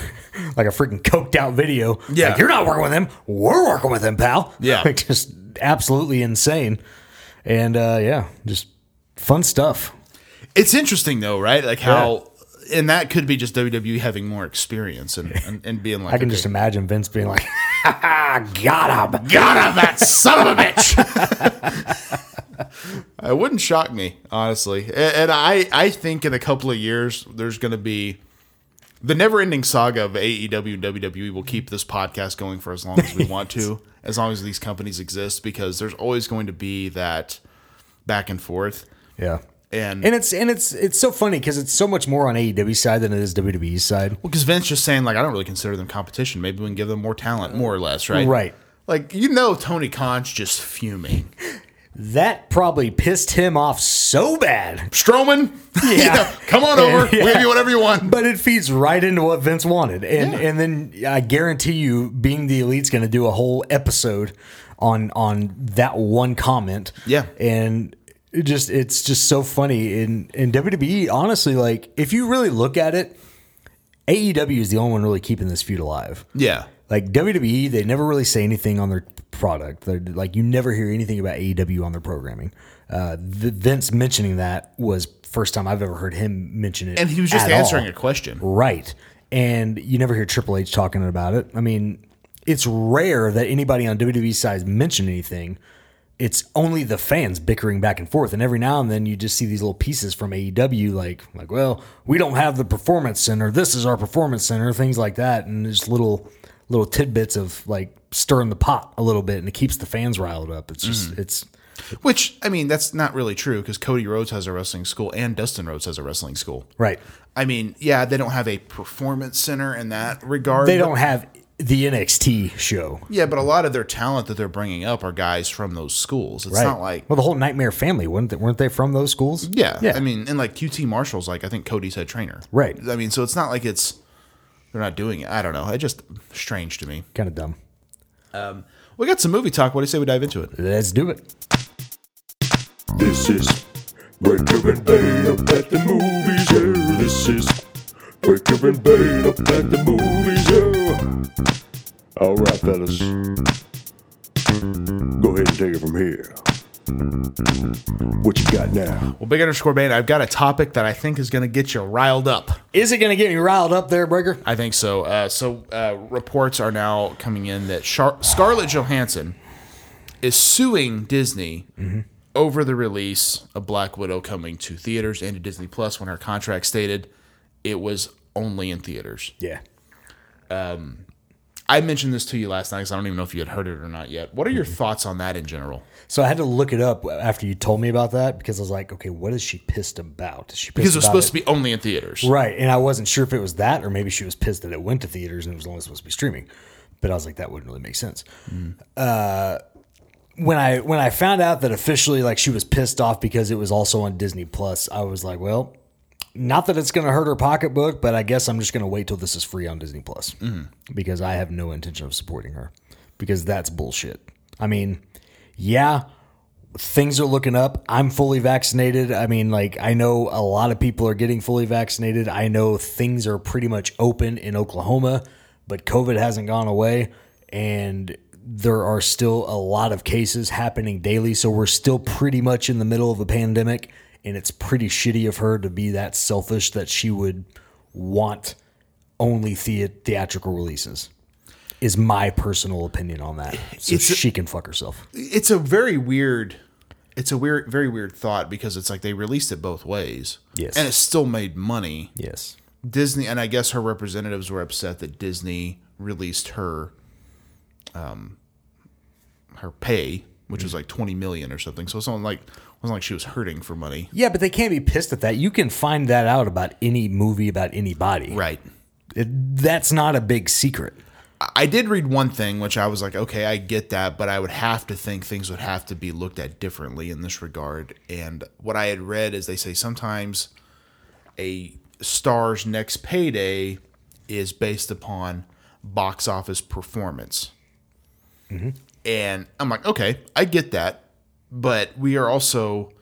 [SPEAKER 3] like a freaking coked out video.
[SPEAKER 2] Yeah.
[SPEAKER 3] like, you're not working with him. We're working with him, pal.
[SPEAKER 2] Yeah.
[SPEAKER 3] like just absolutely insane. And uh, yeah, just fun stuff.
[SPEAKER 2] It's interesting though, right? Like how, and that could be just WWE having more experience and and, and being like,
[SPEAKER 3] I can
[SPEAKER 2] okay,
[SPEAKER 3] just imagine Vince being like, "Got him."
[SPEAKER 2] got him, that son of a bitch. it wouldn't shock me, honestly. And, and I, I think in a couple of years, there's going to be the never ending saga of AEW and WWE will keep this podcast going for as long as we want to, as long as these companies exist, because there's always going to be that back and forth.
[SPEAKER 3] Yeah.
[SPEAKER 2] And
[SPEAKER 3] And it's and it's it's so funny because it's so much more on AEW side than it is WWE's side.
[SPEAKER 2] because Vince just saying, like, I don't really consider them competition. Maybe we can give them more talent, more or less, right?
[SPEAKER 3] Right.
[SPEAKER 2] Like, you know, Tony Khan's just fuming.
[SPEAKER 3] That probably pissed him off so bad.
[SPEAKER 2] Strowman, yeah. come on
[SPEAKER 3] And-
[SPEAKER 2] over. We'll
[SPEAKER 3] yeah.
[SPEAKER 2] give you whatever you want.
[SPEAKER 3] But it feeds right into what Vince wanted. And and then I guarantee you being the elite's gonna do a whole episode on on that one comment.
[SPEAKER 2] Yeah.
[SPEAKER 3] And it just it's just so funny. And and WWE, E, honestly, like if you really look at it, AEW is the only one really keeping this feud alive.
[SPEAKER 2] Yeah.
[SPEAKER 3] Like WWE, they never really say anything on their product. They're, like you never hear anything about AEW on their programming. Uh, the, Vince mentioning that was first time I've ever heard him mention it,
[SPEAKER 2] And he was just
[SPEAKER 3] at
[SPEAKER 2] answering
[SPEAKER 3] all.
[SPEAKER 2] a question.
[SPEAKER 3] right? And you never hear Triple H talking about it. I mean, it's rare that anybody on WWE side mention anything. It's only the fans bickering back and forth, and every now and then you just see these little pieces from AEW, like like, well, we don't have the performance center. This is our performance center, things like that, and just little little tidbits of like stirring the pot a little bit, and it keeps the fans riled up. It's just it's
[SPEAKER 2] Which, I mean, that's not really true because Cody Rhodes has a wrestling school and Dustin Rhodes has a wrestling school.
[SPEAKER 3] right.
[SPEAKER 2] I mean, yeah, they don't have a performance center in that regard.
[SPEAKER 3] They
[SPEAKER 2] but-
[SPEAKER 3] don't have the NXT show.
[SPEAKER 2] Yeah, but a lot of their talent that they're bringing up are guys from those schools. It's
[SPEAKER 3] Right.
[SPEAKER 2] not like.
[SPEAKER 3] well, the whole Nightmare family weren't they, weren't they from those schools?
[SPEAKER 2] Yeah,
[SPEAKER 3] yeah.
[SPEAKER 2] I mean, and like QT Marshall's, like I think Cody's head trainer.
[SPEAKER 3] Right.
[SPEAKER 2] I mean, so it's not like it's they're not doing it. I don't know. It just strange to me.
[SPEAKER 3] kind of dumb.
[SPEAKER 2] We got some movie talk. What do you say we dive into it?
[SPEAKER 3] Let's do it.
[SPEAKER 5] This is Breaker and Bane up at the movies, yeah. This is Breaker and Bane up at the movies, yeah. All right, fellas. Go ahead and take it from here. What you got now?
[SPEAKER 2] Well, big underscore Bane, I've got a topic that I think is going to get you riled up.
[SPEAKER 3] Is it going to get me riled up there, Breaker?
[SPEAKER 2] I think so. Uh, so uh, reports are now coming in that Char- Scarlett Johansson is suing Disney
[SPEAKER 3] Mm-hmm.
[SPEAKER 2] over the release of Black Widow coming to theaters and to Disney Plus when her contract stated it was only in theaters.
[SPEAKER 3] Yeah.
[SPEAKER 2] I mentioned this to you last night because I don't even know if you had heard it or not yet. What are
[SPEAKER 3] Mm-hmm.
[SPEAKER 2] your thoughts on that in general?
[SPEAKER 3] So I had to look it up after you told me about that because I was like, okay, what is she pissed about? Is she pissed
[SPEAKER 2] Because it was
[SPEAKER 3] about
[SPEAKER 2] supposed to be only in theaters.
[SPEAKER 3] right, and I wasn't sure if it was that or maybe she was pissed that it went to theaters and it was only supposed to be streaming. But I was like, that wouldn't really make sense. Uh, when I when I found out that officially, like, she was pissed off because it was also on Disney Plus, I was like, well. Not that it's going to hurt her pocketbook, but I guess I'm just going to wait till this is free on Disney Plus because I have no intention of supporting her because that's bullshit. I mean, yeah, things are looking up. I'm fully vaccinated. I mean, like, I know a lot of people are getting fully vaccinated. I know things are pretty much open in Oklahoma, but COVID hasn't gone away. And there are still a lot of cases happening daily. So we're still pretty much in the middle of a pandemic. And it's pretty shitty of her to be that selfish that she would want only the- theatrical releases. is my personal opinion on that. So
[SPEAKER 2] It's a-
[SPEAKER 3] she can fuck herself.
[SPEAKER 2] it's a very weird it's a weird very weird thought because it's like they released it both ways
[SPEAKER 3] Yes.
[SPEAKER 2] and it still made money
[SPEAKER 3] Yes.
[SPEAKER 2] disney and i guess her representatives were upset that disney released her um her pay which was like 20 million or something so it's not like it wasn't like she was hurting for money
[SPEAKER 3] Yeah, but they can't be pissed at that. You can find that out about any movie about anybody.
[SPEAKER 2] right
[SPEAKER 3] It- that's not a big secret.
[SPEAKER 2] I did read one thing, which I was like, okay, I get that, but I would have to think things would have to be looked at differently in this regard. And what I had read is they say sometimes a star's next payday is based upon box office performance. And I'm like, okay, I get that, but we are also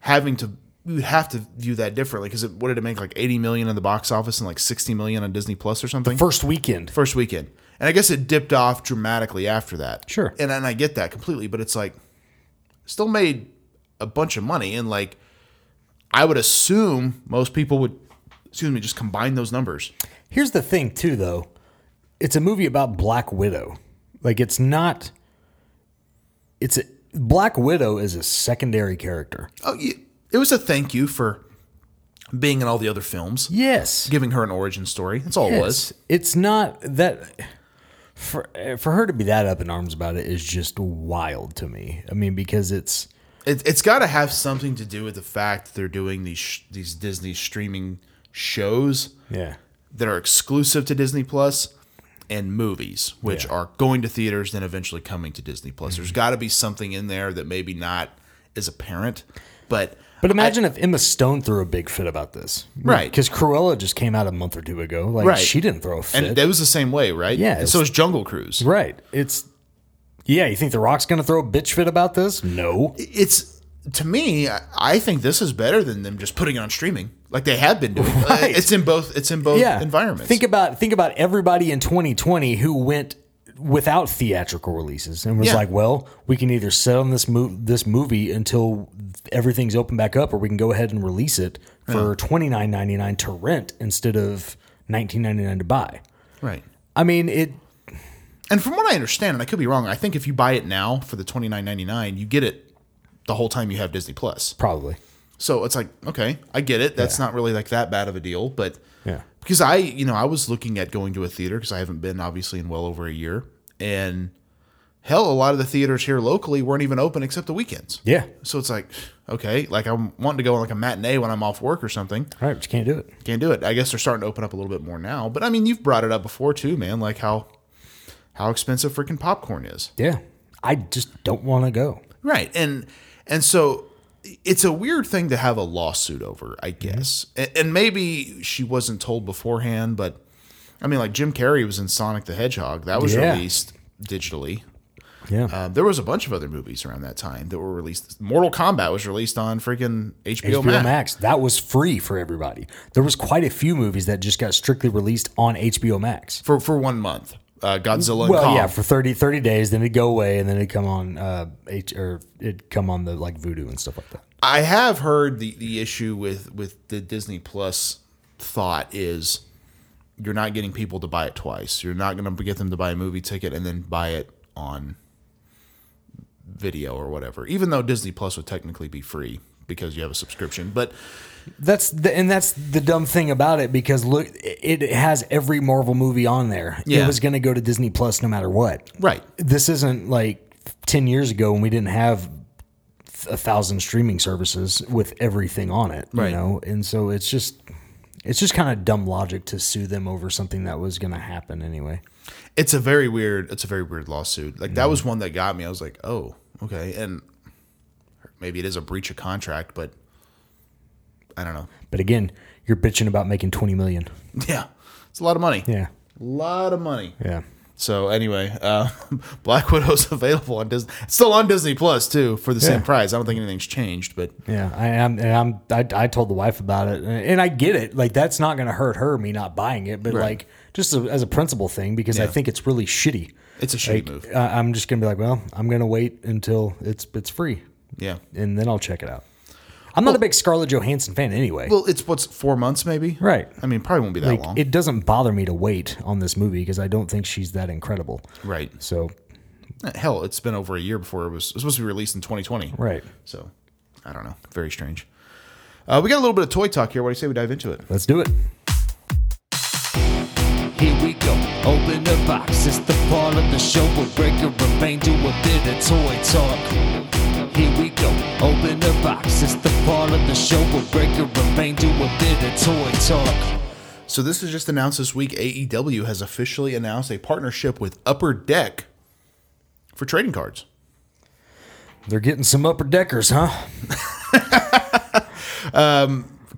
[SPEAKER 2] having to we would have to view that differently because what did it make like 80 million in the box office and like 60 million on Disney Plus or something?
[SPEAKER 3] First weekend.
[SPEAKER 2] first weekend. And I guess it dipped off dramatically after that.
[SPEAKER 3] Sure.
[SPEAKER 2] And, and I get that completely, but it's like still made a bunch of money. And like, I would assume most people would, excuse me, just combine those numbers.
[SPEAKER 3] Here's the thing, too, though. It's a movie about Black Widow. Like, it's not. It's a, Black Widow is a secondary character.
[SPEAKER 2] Oh, yeah. It was a thank you for being in all the other films,
[SPEAKER 3] Yes.
[SPEAKER 2] giving her an origin story. That's all it was.
[SPEAKER 3] It's- It's not that for for her to be that up in arms about it is just wild to me. I mean, because it's
[SPEAKER 2] It, it's got to have something to do with the fact that they're doing these sh- these Disney streaming shows.
[SPEAKER 3] yeah,
[SPEAKER 2] that are exclusive to Disney Plus and movies which are going to theaters then eventually coming to Disney Plus. There's
[SPEAKER 3] Mm-hmm.
[SPEAKER 2] got to be something in there that maybe not is apparent, but
[SPEAKER 3] But imagine if Emma Stone threw a big fit about this,
[SPEAKER 2] Right.
[SPEAKER 3] Because Cruella just came out a month or two ago. Like
[SPEAKER 2] Right.
[SPEAKER 3] she didn't throw a fit,
[SPEAKER 2] and that was the same way, right?
[SPEAKER 3] Yeah,
[SPEAKER 2] And so is Jungle Cruise.
[SPEAKER 3] right? It's yeah. You think The Rock's going to throw a bitch fit about this? No.
[SPEAKER 2] It's to me, I- I think this is better than them just putting it on streaming like they have been doing. Uh, It's in both. It's in both
[SPEAKER 3] yeah.
[SPEAKER 2] environments.
[SPEAKER 3] Think about think about everybody in 2020 who went without theatrical releases and was
[SPEAKER 2] Yeah.
[SPEAKER 3] like, well, we can either sit on this move this movie until everything's open back up, or we can go ahead and release it for 29.99 to rent instead of 19.99 to buy.
[SPEAKER 2] right.
[SPEAKER 3] I mean it.
[SPEAKER 2] And from what I understand, and I could be wrong, I think if you buy it now for the twenty nine ninety nine, you get it the whole time you have Disney Plus.
[SPEAKER 3] Probably.
[SPEAKER 2] So it's like, okay, I get it. That's not really like that bad of a deal, but
[SPEAKER 3] Yeah.
[SPEAKER 2] because I, you know, I was looking at going to a theater because I haven't been obviously in well over a year, and hell, a lot of the theaters here locally weren't even open except the weekends.
[SPEAKER 3] Yeah.
[SPEAKER 2] So it's like, okay, like I'm wanting to go on like a matinee when I'm off work or something.
[SPEAKER 3] All right, but you can't do it.
[SPEAKER 2] Can't do it. I guess they're starting to open up a little bit more now. But I mean, you've brought it up before too, man. Like how how expensive freaking popcorn is.
[SPEAKER 3] Yeah. I just don't want to go.
[SPEAKER 2] Right. And and so it's a weird thing to have a lawsuit over, I
[SPEAKER 3] Mm-hmm.
[SPEAKER 2] guess. A- And, maybe she wasn't told beforehand, but I mean, like Jim Carrey was in Sonic the Hedgehog. That was
[SPEAKER 3] Yeah.
[SPEAKER 2] released digitally.
[SPEAKER 3] Yeah.
[SPEAKER 2] Um, there was a bunch of other movies around that time that were released. Mortal Kombat was released on freaking HBO,
[SPEAKER 3] HBO Max.
[SPEAKER 2] Max.
[SPEAKER 3] that was free for everybody. There was quite a few movies that just got strictly released on HBO Max.
[SPEAKER 2] for for one month. Uh, Godzilla. and
[SPEAKER 3] Well,
[SPEAKER 2] Kong.
[SPEAKER 3] yeah, for 30, 30 days, then it'd go away, and then it'd come on, uh, H, or it'd come on the like Voodoo and stuff like that.
[SPEAKER 2] I have heard the, the issue with with the Disney Plus thought is you're not getting people to buy it twice. You're not going to get them to buy a movie ticket and then buy it on video or whatever. Even though Disney Plus would technically be free because you have a subscription, but
[SPEAKER 3] That's the, and that's the dumb thing about it because look, it it has every Marvel movie on there.
[SPEAKER 2] Yeah.
[SPEAKER 3] It was going to go to Disney Plus no matter what.
[SPEAKER 2] right.
[SPEAKER 3] this isn't like 10 years ago when we didn't have a thousand streaming services with everything on it
[SPEAKER 2] Right.
[SPEAKER 3] you know and so it's just it's just kind of dumb logic to sue them over something that was going to happen anyway
[SPEAKER 2] It's a very weird it's a very weird lawsuit. Like that was one that got me. I was like, "Oh, okay." And maybe it is a breach of contract, but I don't know.
[SPEAKER 3] but again you're bitching about making 20 million
[SPEAKER 2] Yeah. It's a lot of money.
[SPEAKER 3] yeah
[SPEAKER 2] A lot of money.
[SPEAKER 3] yeah
[SPEAKER 2] So anyway, uh, Black Widow's available on Disney. It's still on Disney Plus too for the same
[SPEAKER 3] Yeah.
[SPEAKER 2] price. I don't think anything's changed, but
[SPEAKER 3] yeah i am and i'm I, I told the wife about it and and i get it like that's not going to hurt her me not buying it but like just as a, as a principle thing because i
[SPEAKER 2] Yeah.
[SPEAKER 3] think it's really shitty
[SPEAKER 2] it's a shitty move.
[SPEAKER 3] I, i'm just going to be like well i'm going to wait until it's it's free
[SPEAKER 2] Yeah.
[SPEAKER 3] and then I'll check it out. I'm not a big Scarlett Johansson fan anyway.
[SPEAKER 2] Well, it's what's four months maybe.
[SPEAKER 3] Right.
[SPEAKER 2] I mean, probably won't be that
[SPEAKER 3] like,
[SPEAKER 2] long.
[SPEAKER 3] it doesn't bother me to wait on this movie because I don't think she's that incredible.
[SPEAKER 2] right.
[SPEAKER 3] So,
[SPEAKER 2] Hell, it's been over a year before it was, it was supposed to be released in 2020.
[SPEAKER 3] right.
[SPEAKER 2] So, I don't know. Very strange. Uh, we got a little bit of toy talk here. What do you say we dive into it?
[SPEAKER 3] Let's do it.
[SPEAKER 6] Here we go, open the box. It's the part of the show where Breaker and Bane do a bit of toy talk. Here we go, open the box. It's the part of the show where Breaker and Bane do a bit of toy talk.
[SPEAKER 2] So this is just announced this week. AEW has officially announced a partnership with Upper Deck for trading cards.
[SPEAKER 3] They're getting some upper deckers, huh?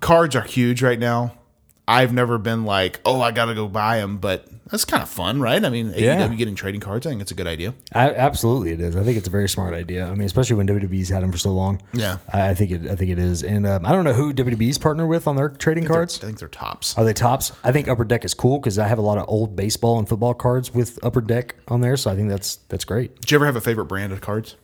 [SPEAKER 2] Cards are huge right now. I've never been like, oh, I gotta go buy them, but that's kind of fun, right? I mean,
[SPEAKER 3] Yeah.
[SPEAKER 2] AEW getting trading cards, I think it's a good idea.
[SPEAKER 3] I, absolutely, it is. I think it's a very smart idea. I mean, especially when WWE's had them for so long.
[SPEAKER 2] Yeah.
[SPEAKER 3] I, I think it. I think it is. And um, I don't know who WWE's partner with on their trading cards.
[SPEAKER 2] I think they're tops.
[SPEAKER 3] Are they tops? I think Upper Deck is cool because I have a lot of old baseball and football cards with Upper Deck on there, so I think that's that's great.
[SPEAKER 2] Did you ever have a favorite brand of cards?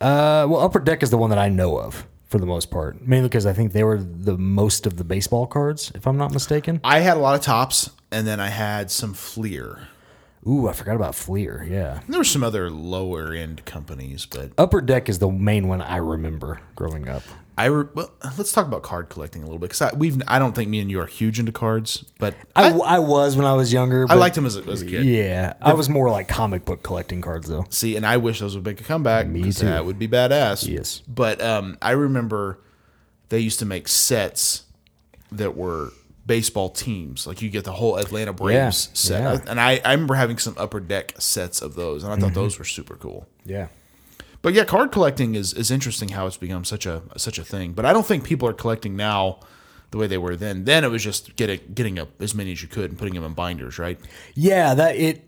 [SPEAKER 3] Uh, well, Upper Deck is the one that I know of for the most part, mainly because I think they were the most of the baseball cards, if I'm not mistaken.
[SPEAKER 2] I had a lot of tops, and then I had some Fleer.
[SPEAKER 3] Ooh, I forgot about Fleer. Yeah,
[SPEAKER 2] And there were some other lower end companies, but
[SPEAKER 3] Upper Deck is the main one I remember growing up.
[SPEAKER 2] I re- well, let's talk about card collecting a little bit because we've I don't think me and you are huge into cards, but
[SPEAKER 3] I, I was when I was younger.
[SPEAKER 2] I
[SPEAKER 3] but-
[SPEAKER 2] liked them as a, as a kid.
[SPEAKER 3] Yeah, I was more like comic book collecting cards though.
[SPEAKER 2] See, and I wish those would make a comeback.
[SPEAKER 3] Me
[SPEAKER 2] 'cause
[SPEAKER 3] too.
[SPEAKER 2] That would be badass.
[SPEAKER 3] Yes.
[SPEAKER 2] But um, I remember they used to make sets that were baseball teams. Like you get the whole Atlanta Braves set,
[SPEAKER 3] yeah.
[SPEAKER 2] and I, I remember having some upper deck sets of those, and I
[SPEAKER 3] Mm-hmm.
[SPEAKER 2] thought those were super cool.
[SPEAKER 3] Yeah,
[SPEAKER 2] But yeah, card collecting is is interesting how it's become such a such a thing. But I don't think people are collecting now. The way they were then, then it was just getting getting up as many as you could and putting them in binders, right?
[SPEAKER 3] yeah. That it,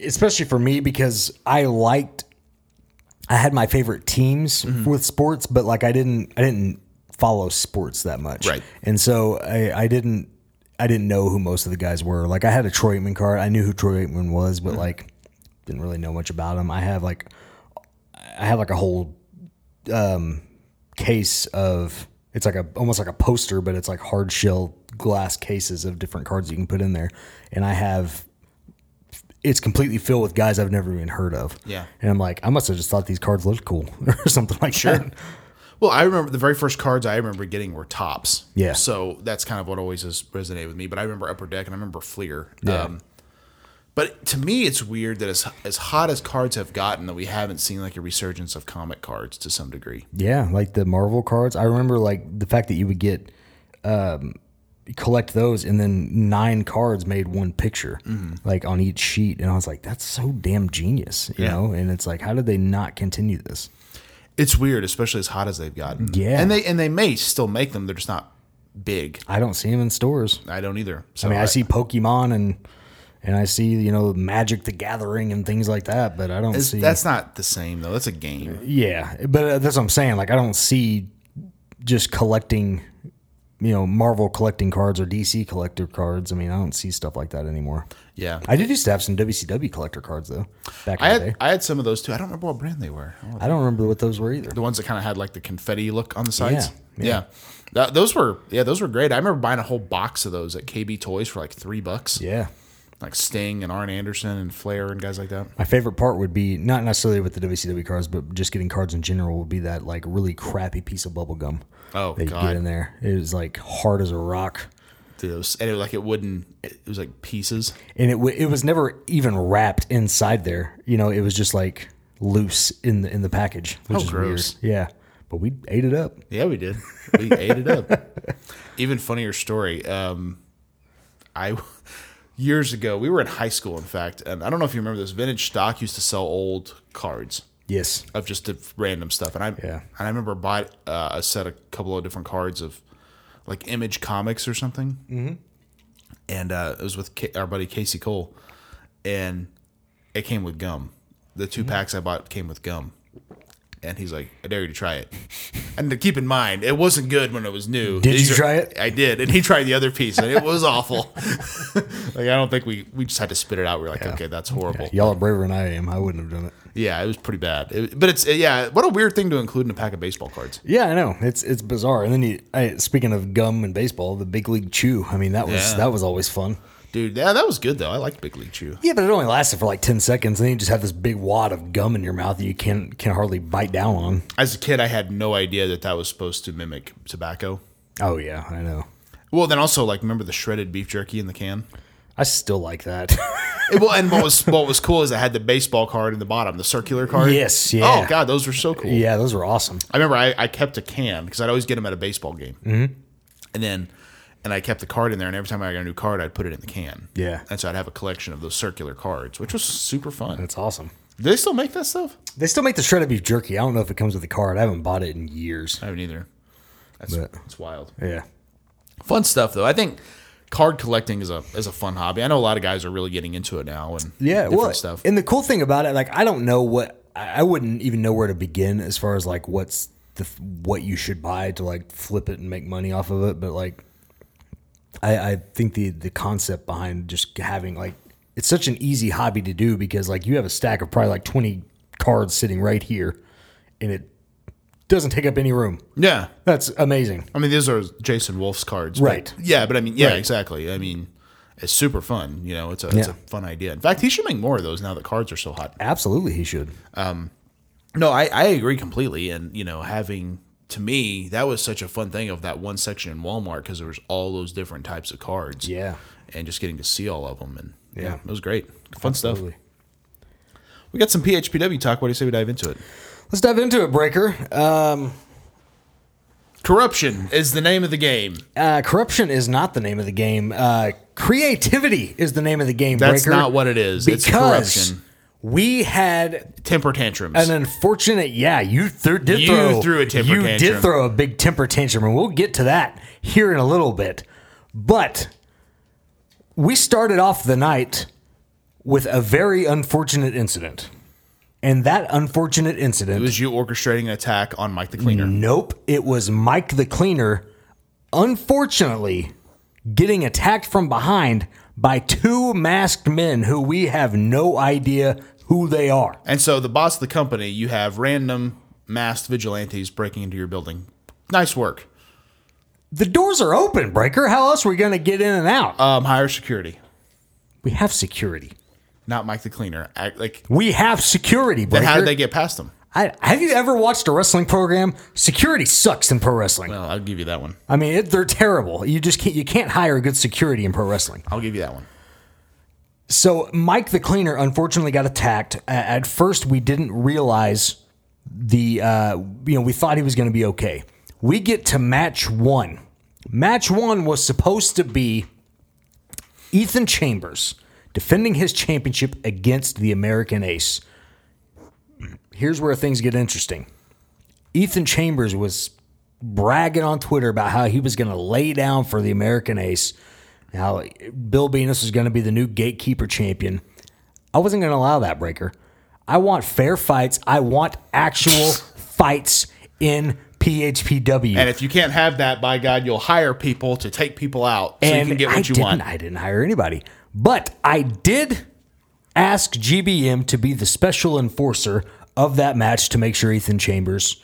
[SPEAKER 3] especially for me because I liked. I had my favorite teams with sports, but like I didn't, I didn't follow sports that much,
[SPEAKER 2] Right.
[SPEAKER 3] And so I, I didn't, I didn't know who most of the guys were. Like I had a Troy Aikman card. I knew who Troy Aikman was, but like didn't really know much about him. I have like, I have like a whole case of it's like a almost like a poster, but it's like hard shell glass cases of different cards you can put in there. And I have it's completely filled with guys I've never even heard of.
[SPEAKER 2] Yeah.
[SPEAKER 3] And I'm like, I must have just thought these cards looked cool or something like that.
[SPEAKER 2] Well, I remember the very first cards I remember getting were tops.
[SPEAKER 3] Yeah.
[SPEAKER 2] So that's kind of what always has resonated with me. But I remember Upper Deck and I remember Fleer.
[SPEAKER 3] Yeah.
[SPEAKER 2] Um, but to me, it's weird that as as hot as cards have gotten, that we haven't seen like a resurgence of comic cards to some degree.
[SPEAKER 3] Yeah, like the Marvel cards. I remember like the fact that you would get um collect those and then nine cards made one picture
[SPEAKER 2] Mm-hmm.
[SPEAKER 3] like on each sheet and I was like that's so damn genius, you
[SPEAKER 2] Yeah.
[SPEAKER 3] know? And it's like how did they not continue this?
[SPEAKER 2] It's weird, especially as hot as they've gotten.
[SPEAKER 3] Yeah.
[SPEAKER 2] And they and they may still make them. They're just not big.
[SPEAKER 3] I don't see them in stores.
[SPEAKER 2] I don't either. So uh,
[SPEAKER 3] I mean, I, see Pokemon and and I see you know Magic the Gathering and things like that, but I don't
[SPEAKER 2] it's-
[SPEAKER 3] see
[SPEAKER 2] that's not the same though. That's a game.
[SPEAKER 3] yeah. But uh, that's what I'm saying. Like I don't see just collecting, you know, Marvel collecting cards or DC collector cards. I mean, I don't see stuff like that anymore.
[SPEAKER 2] Yeah.
[SPEAKER 3] I did used to have some WCW collector cards though back in
[SPEAKER 2] I
[SPEAKER 3] the
[SPEAKER 2] had
[SPEAKER 3] day.
[SPEAKER 2] I had some of those too. I don't remember what brand they were. Oh,
[SPEAKER 3] I don't remember what those were either.
[SPEAKER 2] the ones that kind of had like the confetti look on the sides. Yeah.
[SPEAKER 3] Yeah,
[SPEAKER 2] Th- those were yeah, those were great. I remember buying a whole box of those at KB Toys for like three bucks.
[SPEAKER 3] Yeah.
[SPEAKER 2] Like Sting and Arn Anderson and Flair and guys like that.
[SPEAKER 3] My favorite part would be not necessarily with the WCW cards, but just getting cards in general would be that like really crappy piece of bubble gum.
[SPEAKER 2] Oh,
[SPEAKER 3] that you
[SPEAKER 2] God.
[SPEAKER 3] get in there. It was like hard as a rock,
[SPEAKER 2] Dude, it was- and it was like it wouldn't. It was like pieces.
[SPEAKER 3] and it w- it was never even wrapped inside there. You know, it was just like loose in the in the package, which
[SPEAKER 2] How
[SPEAKER 3] is
[SPEAKER 2] gross.
[SPEAKER 3] weird. Yeah, but we ate it up.
[SPEAKER 2] Yeah, we did. We ate it up. Even funnier story. Um, I years ago we were in high school, in fact, and I don't know if you remember this. Vintage Stock used to sell old cards.
[SPEAKER 3] Yes.
[SPEAKER 2] of just the random stuff. And I
[SPEAKER 3] Yeah.
[SPEAKER 2] and I remember bought uh, a set a couple of different cards of like Image Comics or something. Mm-hmm. And uh, it was with K- our buddy Casey Cole, and it came
[SPEAKER 3] Mm-hmm.
[SPEAKER 2] with gum. The 2 packs I bought came with gum. And he's like, "I dare you to try it." And to keep in mind, it wasn't good when it was new.
[SPEAKER 3] Did you try it?
[SPEAKER 2] I did, and he tried the other piece, and it was awful. like I don't think we we just had to spit it out. We are like, okay, that's horrible. Yeah,
[SPEAKER 3] Y'all are braver than I am. I wouldn't have done it.
[SPEAKER 2] it was pretty bad. It- but it's yeah, what a weird thing to include in a pack of baseball cards.
[SPEAKER 3] Yeah, I know. It's it's bizarre. And then you, I, speaking of gum and baseball, the big league chew. I mean, that was
[SPEAKER 2] Yeah.
[SPEAKER 3] that was always fun.
[SPEAKER 2] Dude, yeah, that was good though. I liked Big League Chew.
[SPEAKER 3] Yeah, but it only lasted for like ten seconds, and then you just have this big wad of gum in your mouth that you can can hardly bite down on.
[SPEAKER 2] As a kid, I had no idea that that was supposed to mimic tobacco.
[SPEAKER 3] Oh yeah, I know.
[SPEAKER 2] Well, then also like remember the shredded beef jerky in the can.
[SPEAKER 3] I still like that.
[SPEAKER 2] It- well, and what was what was cool is I had the baseball card in the bottom, the circular card.
[SPEAKER 3] Yes, yeah.
[SPEAKER 2] Oh god, those were so cool.
[SPEAKER 3] yeah, those were awesome.
[SPEAKER 2] I remember I, I kept a can because I'd always get them at a baseball game, mm-hmm. and then and I kept the card in there, and every time I got a new card, I'd put it in the can.
[SPEAKER 3] Yeah.
[SPEAKER 2] and so I'd have a collection of those circular cards, which was super fun.
[SPEAKER 3] That's awesome.
[SPEAKER 2] Do they still make that stuff?
[SPEAKER 3] They still make the shredded beef jerky. I don't know if it comes with a card. I haven't bought it in years.
[SPEAKER 2] I haven't either. That's
[SPEAKER 3] But-
[SPEAKER 2] that's wild.
[SPEAKER 3] Yeah.
[SPEAKER 2] Fun stuff though. I think card collecting is a is a fun hobby. I know a lot of guys are really getting into it now and
[SPEAKER 3] Yeah,
[SPEAKER 2] different
[SPEAKER 3] well,
[SPEAKER 2] stuff.
[SPEAKER 3] and the cool thing about it, like, I don't know what I I wouldn't even know where to begin as far as like what's the f- what you should buy to like flip it and make money off of it. But like, I, I think the the concept behind just having like it's such an easy hobby to do because like you have a stack of probably like twenty cards sitting right here, and it doesn't take up any room.
[SPEAKER 2] yeah,
[SPEAKER 3] That's amazing.
[SPEAKER 2] I mean, these are Jason Wolf's cards, but-
[SPEAKER 3] Right.
[SPEAKER 2] yeah, but I mean, yeah,
[SPEAKER 3] Right.
[SPEAKER 2] exactly. I mean, it's super fun. You know, it's a it's
[SPEAKER 3] Yeah.
[SPEAKER 2] a fun idea. In fact, he should make more of those now that cards are so hot.
[SPEAKER 3] Absolutely, he should.
[SPEAKER 2] No, I I agree completely. And you know, having to me that was such a fun thing of that one section in Walmart because there was all those different types of cards.
[SPEAKER 3] Yeah.
[SPEAKER 2] and just getting to see all of them and yeah,
[SPEAKER 3] Yeah.
[SPEAKER 2] it was great, fun stuff. We got some PHPW talk. What do you say we dive into it?
[SPEAKER 3] Let's dive into it, Breaker. Um,
[SPEAKER 2] Corruption is the name of the game.
[SPEAKER 3] Uh, corruption is not the name of the game. Uh, creativity is the name of the game.
[SPEAKER 2] That's
[SPEAKER 3] Breaker,
[SPEAKER 2] not what it is. It's
[SPEAKER 3] Because
[SPEAKER 2] corruption.
[SPEAKER 3] We had
[SPEAKER 2] Temper tantrums.
[SPEAKER 3] an unfortunate. Yeah, you thr- did
[SPEAKER 2] You
[SPEAKER 3] throw.
[SPEAKER 2] threw a temper
[SPEAKER 3] You
[SPEAKER 2] tantrum.
[SPEAKER 3] did throw a big temper tantrum, and we'll get to that here in a little bit. But we started off the night with a very unfortunate incident, and that unfortunate incident
[SPEAKER 2] It was you orchestrating an attack on Mike the Cleaner.
[SPEAKER 3] Nope. It was Mike the Cleaner, unfortunately, getting attacked from behind by two masked men who we have no idea who they are.
[SPEAKER 2] And so the boss of the company, you have random masked vigilantes breaking into your building. Nice work.
[SPEAKER 3] The doors are open, Breaker. How else are we going to get in and out?
[SPEAKER 2] Um, higher security.
[SPEAKER 3] we have security.
[SPEAKER 2] Not Mike the Cleaner. Act like
[SPEAKER 3] We have security,
[SPEAKER 2] then
[SPEAKER 3] Breaker.
[SPEAKER 2] how did they get past them?
[SPEAKER 3] I, have you ever watched a wrestling program? Security sucks in pro wrestling.
[SPEAKER 2] Well, Oh, I'll give you that one.
[SPEAKER 3] I mean, it, they're terrible. You just can't, you can't hire good security in pro wrestling.
[SPEAKER 2] I'll give you that one.
[SPEAKER 3] So Mike the cleaner unfortunately got attacked. A- At first, we didn't realize the uh, you know we thought he was going to be okay. We get to match one. Match one was supposed to be Ethan Chambers defending his championship against the American Ace. Here's where things get interesting. Ethan Chambers was bragging on Twitter about how he was going to lay down for the American Ace. Now, Bill Venus is going to be the new gatekeeper champion. I wasn't going to allow that breaker. I want fair fights. I want actual fights in PHPW.
[SPEAKER 2] And if you can't have that, by God, you'll hire people to take people out so you can get what
[SPEAKER 3] I
[SPEAKER 2] you
[SPEAKER 3] didn't,
[SPEAKER 2] want.
[SPEAKER 3] I didn't hire anybody, but I did ask GBM to be the special enforcer of that match to make sure Ethan Chambers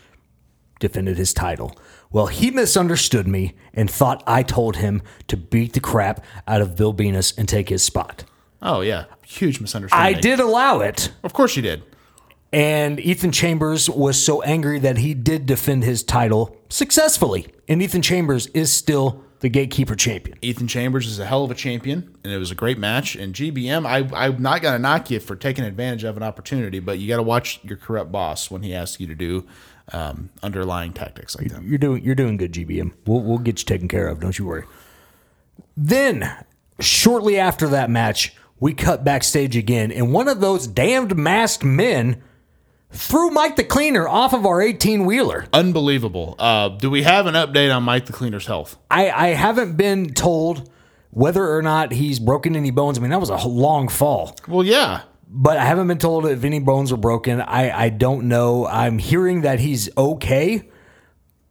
[SPEAKER 3] defended his title. Well, he misunderstood me and thought I told him to beat the crap out of Bill Venus and take his spot.
[SPEAKER 2] Oh yeah, huge
[SPEAKER 3] I
[SPEAKER 2] misunderstanding.
[SPEAKER 3] did allow it,
[SPEAKER 2] Of course you did.
[SPEAKER 3] and Ethan Chambers was so angry that he did defend his title successfully. And Ethan Chambers is still the gatekeeper champion.
[SPEAKER 2] Ethan Chambers is a hell of a champion, and it was a great match. And GBM, I, I'm not going to knock you for taking advantage of an opportunity, but you got to watch your corrupt boss when he asks you to do um, underlying tactics like that.
[SPEAKER 3] you're doing you're doing good, GBM. We'll we'll get you taken care of. Don't you worry. Then, shortly after that match, we cut backstage again, and one of those damned masked men threw Mike the Cleaner off of our 18 wheeler.
[SPEAKER 2] Unbelievable. Uh, do we have an update on Mike the Cleaner's health?
[SPEAKER 3] I, I haven't been told whether or not he's broken any bones. I mean, that was a long fall.
[SPEAKER 2] Well, yeah.
[SPEAKER 3] but I haven't been told if any bones were broken. I, I don't know. I'm hearing that he's okay,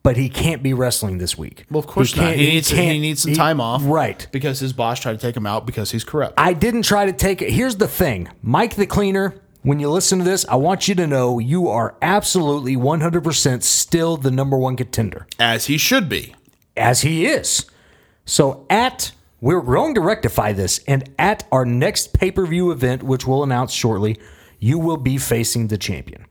[SPEAKER 3] but he can't be wrestling this week.
[SPEAKER 2] Well, of course not.
[SPEAKER 3] can't-
[SPEAKER 2] He needs, he
[SPEAKER 3] can't-
[SPEAKER 2] needs some
[SPEAKER 3] he-
[SPEAKER 2] time off.
[SPEAKER 3] Right.
[SPEAKER 2] Because his boss tried to take him out because he's corrupt.
[SPEAKER 3] I didn't try to take it. Here's the thing Mike the Cleaner, when you listen to this, I want you to know you are absolutely 100% still the number one contender,
[SPEAKER 2] As he should be.
[SPEAKER 3] as he is. So, at we're going to rectify this, and at our next pay per view event, which we'll announce shortly, you will be facing the champion.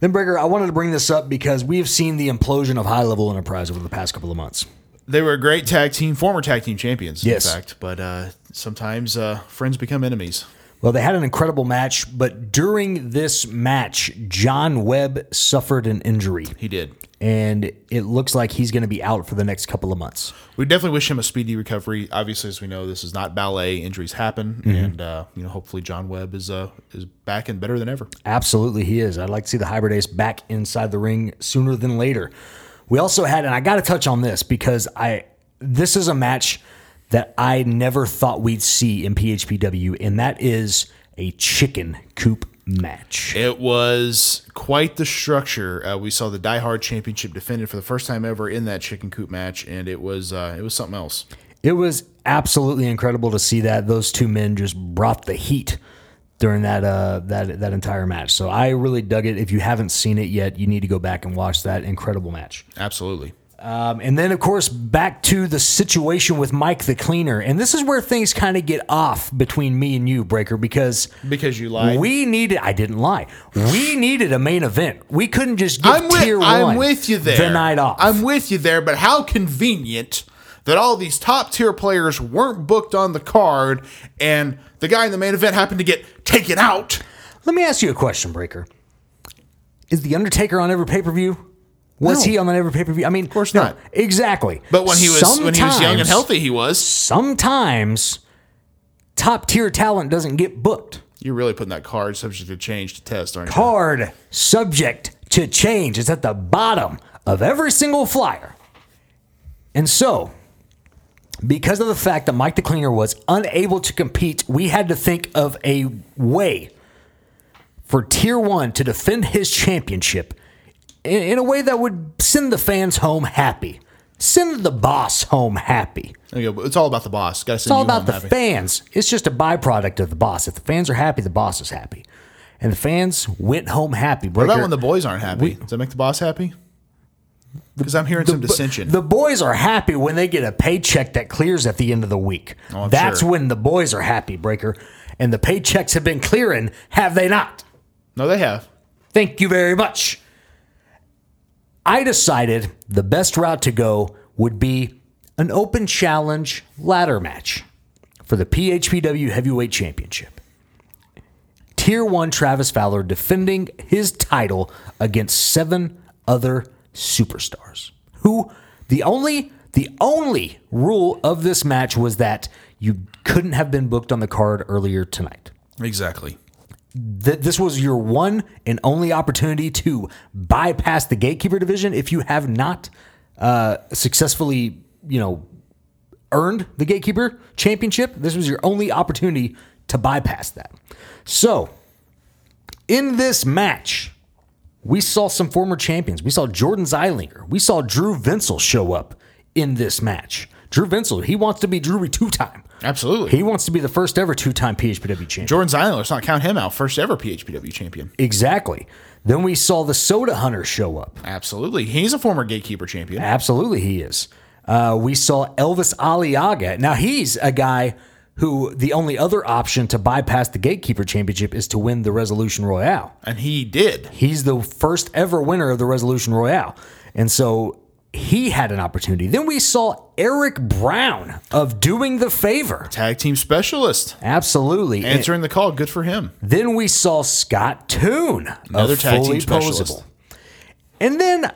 [SPEAKER 3] Then, Breaker, I wanted to bring this up because we have seen the implosion of high level enterprise over the past couple of months.
[SPEAKER 2] They were a great tag team, former tag team champions,
[SPEAKER 3] Yes.
[SPEAKER 2] in fact. But uh, sometimes uh, friends become enemies.
[SPEAKER 3] Well, they had an incredible match, but during this match, John Webb suffered an injury,
[SPEAKER 2] He did.
[SPEAKER 3] and it looks like he's going to be out for the next couple of months.
[SPEAKER 2] We definitely wish him a speedy recovery. Obviously, as we know, this is not ballet. Injuries happen, and uh, you know, hopefully, John Webb is uh, is back and better than ever.
[SPEAKER 3] Absolutely, he is. I'd like to see the Hybrid Ace back inside the ring sooner than later. We also had, and I got to touch on this because I this is a match that I never thought we'd see in PHPW, and that is a chicken coop match.
[SPEAKER 2] It was quite the structure. Uh, we saw the Die Hard Championship defended for the first time ever in that chicken coop match, and it was uh, it was something else.
[SPEAKER 3] It was absolutely incredible to see that those two men just brought the heat during that uh, that that entire match. So I really dug it. If you haven't seen it yet, you need to go back and watch that incredible match.
[SPEAKER 2] Absolutely.
[SPEAKER 3] Um, and then, of course, back to the situation with Mike the Cleaner, and this is where things kind of get off between me and you, Breaker, because.
[SPEAKER 2] Because you lied.
[SPEAKER 3] we needed. I didn't lie. We needed a main event. We couldn't just give
[SPEAKER 2] I'm with,
[SPEAKER 3] tier one.
[SPEAKER 2] I'm with you there.
[SPEAKER 3] The night off.
[SPEAKER 2] I'm with you there, but how convenient that all these top tier players weren't booked on the card and the guy in the main event happened to get taken out.
[SPEAKER 3] Let me ask you a question, Breaker. Is the Undertaker on every pay per view? Was
[SPEAKER 2] No.
[SPEAKER 3] he on every pay per view? I mean, of
[SPEAKER 2] course not.
[SPEAKER 3] Exactly.
[SPEAKER 2] But when he was when he was young and
[SPEAKER 3] Sometimes-
[SPEAKER 2] healthy, he was.
[SPEAKER 3] sometimes top tier talent doesn't get booked.
[SPEAKER 2] You're really putting that card subject to change to test, aren't you?
[SPEAKER 3] Hard subject to change. It's at the bottom of every single flyer. And so, because of the fact that Mike the Cleaner was unable to compete, we had to think of a way for Tier 1 to defend his championship in, in a way that would send the fans home happy, send the boss home happy.
[SPEAKER 2] There you go. But It's all about the boss. Got to
[SPEAKER 3] It's all about the fans. It's just a byproduct of the boss. If the fans are happy, the boss is happy. And the fans went home happy.
[SPEAKER 2] What about when the boys aren't happy? Does that make the boss happy? Because I'm hearing some dissension.
[SPEAKER 3] The boys are happy when they get a paycheck that clears at the end of the week.
[SPEAKER 2] Oh, I'm
[SPEAKER 3] That's
[SPEAKER 2] sure.
[SPEAKER 3] when the boys are happy, Breaker. And the paychecks have been clearing, have they not?
[SPEAKER 2] no, they have.
[SPEAKER 3] Thank you very much. I decided the best route to go would be an open challenge ladder match for the PHPW Heavyweight Championship. Tier 1 Travis Fowler defending his title against seven other superstars. Who the only the only rule of this match was that you couldn't have been booked on the card earlier tonight
[SPEAKER 2] Exactly.
[SPEAKER 3] that this was your one and only opportunity to bypass the gatekeeper division if you have not uh, successfully, you know, earned the gatekeeper championship. This was your only opportunity to bypass that. So, in this match, we saw some former champions. We saw Jordan Zeilinger. We saw Drew Vinsel show up in this match. Drew Vinsel, he wants to be Drewy two time.
[SPEAKER 2] Absolutely.
[SPEAKER 3] He wants to be the first ever two time PHPW champion.
[SPEAKER 2] Jordan Zion, let's not count him out. First ever PHPW champion.
[SPEAKER 3] Exactly. Then we saw the soda hunter show up.
[SPEAKER 2] Absolutely. He's a former gatekeeper champion.
[SPEAKER 3] Absolutely, he is. Uh, we saw Elvis Aliaga. Now, he's a guy who the only other option to bypass the gatekeeper championship is to win the Resolution Royale.
[SPEAKER 2] And he did.
[SPEAKER 3] He's the first ever winner of the Resolution Royale. And so he had an opportunity. Then we saw Eric Brown of Doing the Favor.
[SPEAKER 2] Tag team specialist.
[SPEAKER 3] Absolutely. And-
[SPEAKER 2] Answering the call. Good for him.
[SPEAKER 3] Then we saw Scott Toon,
[SPEAKER 2] Another
[SPEAKER 3] another
[SPEAKER 2] tag
[SPEAKER 3] fully
[SPEAKER 2] team specialist.
[SPEAKER 3] posable. And then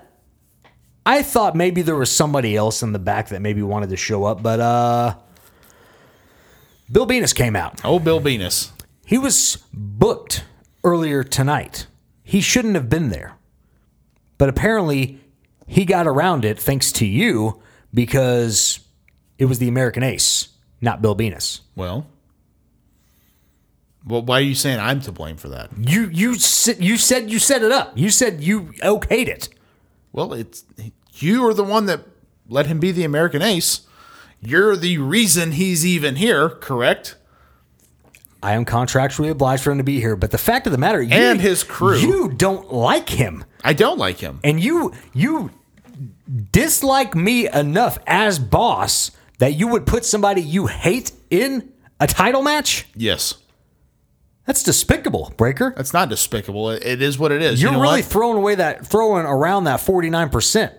[SPEAKER 3] I thought maybe there was somebody else in the back that maybe wanted to show up, but uh Bill Venus came out.
[SPEAKER 2] Oh, Bill Venus.
[SPEAKER 3] He was booked earlier tonight. He shouldn't have been there. But apparently he got around it thanks to you because it was the American Ace, not Bill Venus.
[SPEAKER 2] Well, well, why are you saying I'm to blame for that?
[SPEAKER 3] You you s- you said you set it up. You said you okayed it.
[SPEAKER 2] Well, it's you are the one that let him be the American ace. You're the reason he's even here, correct?
[SPEAKER 3] I am contractually obliged for him to be here, but the fact of the matter, you,
[SPEAKER 2] And his crew.
[SPEAKER 3] you don't like him,
[SPEAKER 2] I don't like him.
[SPEAKER 3] and you you dislike me enough as boss that you would put somebody you hate in a title match.
[SPEAKER 2] Yes.
[SPEAKER 3] That's despicable, Breaker.
[SPEAKER 2] That's not despicable. It- it is what it is. You
[SPEAKER 3] You're
[SPEAKER 2] know
[SPEAKER 3] really
[SPEAKER 2] what?
[SPEAKER 3] throwing away that throwing around that forty nine percent.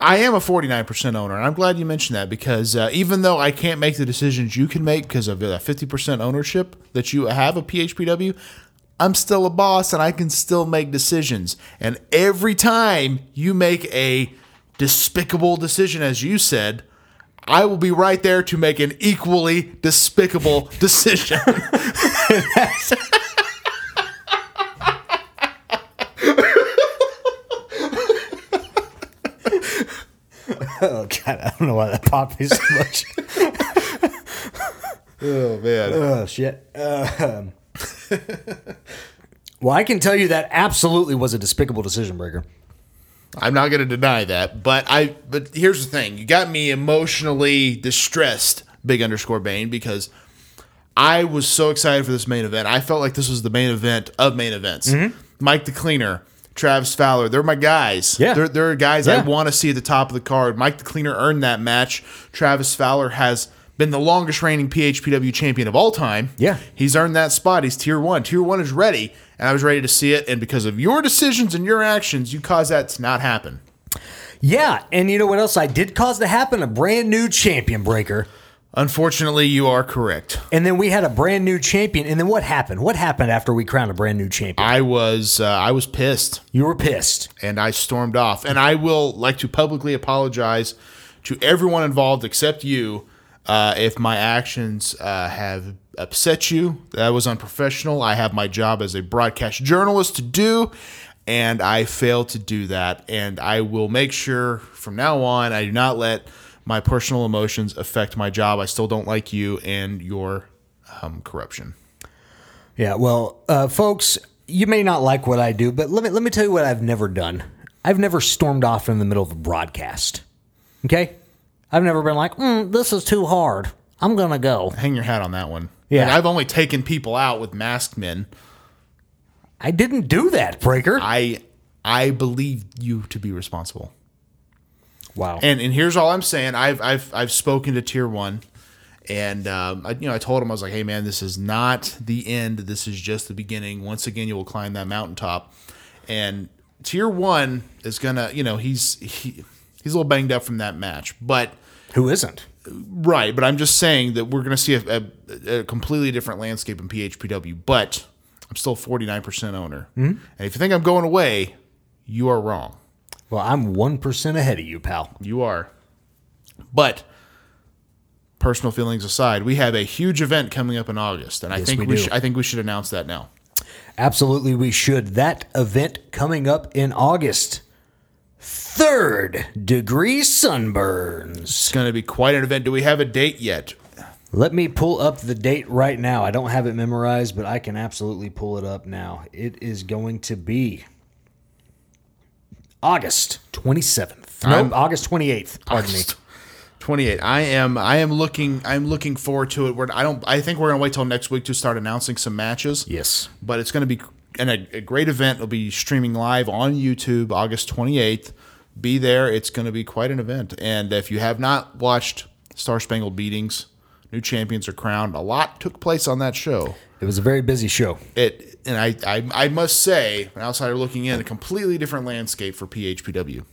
[SPEAKER 2] I am a 49% owner, and I'm glad you mentioned that because uh, even though I can't make the decisions you can make because of the 50% ownership that you have of PHPW, I'm still a boss and I can still make decisions. And every time you make a despicable decision, as you said, I will be right there to make an equally despicable decision.
[SPEAKER 3] Oh God, I don't know why that popped me so much.
[SPEAKER 2] oh, man.
[SPEAKER 3] oh shit. Uh, um. well, I can tell you that absolutely was a despicable decision, Breaker.
[SPEAKER 2] I'm not going to deny that, but I but here's the thing. You got me emotionally distressed, big underscore Bane, because I was so excited for this main event. I felt like this was the main event of main events.
[SPEAKER 3] Mm-hmm.
[SPEAKER 2] Mike the Cleaner, Travis Fowler, they're my guys.
[SPEAKER 3] Yeah.
[SPEAKER 2] They're, they're guys I
[SPEAKER 3] Yeah.
[SPEAKER 2] want to see at the top of the card. Mike the Cleaner earned that match. Travis Fowler has been the longest reigning PHPW champion of all time.
[SPEAKER 3] Yeah.
[SPEAKER 2] He's earned that spot. He's tier one. Tier one is ready, and I was ready to see it. And because of your decisions and your actions, you caused that to not happen.
[SPEAKER 3] Yeah, and you know what else I did cause to happen? A brand new champion breaker.
[SPEAKER 2] Unfortunately, you are correct.
[SPEAKER 3] And then we had a brand new champion. And then what happened? What happened after we crowned a brand new champion?
[SPEAKER 2] I was uh, I was pissed,
[SPEAKER 3] You were pissed.
[SPEAKER 2] and I stormed off. And I will like to publicly apologize to everyone involved except you uh, if my actions uh, have upset you. That was unprofessional. I have my job as a broadcast journalist to do, and I failed to do that. And I will make sure from now on I do not let my personal emotions affect my job. I still don't like you and your um, corruption.
[SPEAKER 3] Yeah, well, uh, folks, you may not like what I do, but let me let me tell you what I've never done. I've never stormed off in the middle of a broadcast. Okay, I've never been like, mm, "This is too hard. I'm gonna go."
[SPEAKER 2] hang your hat on that one.
[SPEAKER 3] Yeah.
[SPEAKER 2] Like, I've only taken people out with masked men.
[SPEAKER 3] I didn't do that, Breaker.
[SPEAKER 2] I I believe you to be responsible.
[SPEAKER 3] wow.
[SPEAKER 2] And and here's all I'm saying. I've I've I've spoken to tier one, and um, I, you know I told him I was like, hey man, this is not the end. This is just the beginning. Once again, you will climb that mountaintop. And tier one is gonna, you know, he's he, he's a little banged up from that match, but.
[SPEAKER 3] Who isn't?
[SPEAKER 2] Right, but I'm just saying that we're going to see a, a, a completely different landscape in PHPW. But I'm still 49% owner, and if you think I'm going away, you are wrong.
[SPEAKER 3] Well, I'm one percent ahead of you, pal.
[SPEAKER 2] You are. But personal feelings aside, we have a huge event coming up in August, and I think
[SPEAKER 3] we
[SPEAKER 2] we,
[SPEAKER 3] do.
[SPEAKER 2] sh- I think we should announce that now.
[SPEAKER 3] Absolutely, we should. That event coming up in August. Third degree sunburns.
[SPEAKER 2] It's going to be quite an event. Do we have a date yet?
[SPEAKER 3] Let me pull up the date right now. I don't have it memorized, but I can absolutely pull it up now. It is going to be August 27th. No,
[SPEAKER 2] I'm-
[SPEAKER 3] August 28th. Pardon me.
[SPEAKER 2] 28. I am I am looking I'm looking forward to it. We're, I don't I think we're going to wait till next week to start announcing some matches.
[SPEAKER 3] Yes.
[SPEAKER 2] but it's going to be and a, a great event. It'll be streaming live on YouTube August 28th. Be there. It's going to be quite an event. And if you have not watched Star Spangled Beatings, new champions are crowned. A lot took place on that show.
[SPEAKER 3] It was a very busy show.
[SPEAKER 2] It and I I, I must say, an outsider looking in, a completely different landscape for PHPW,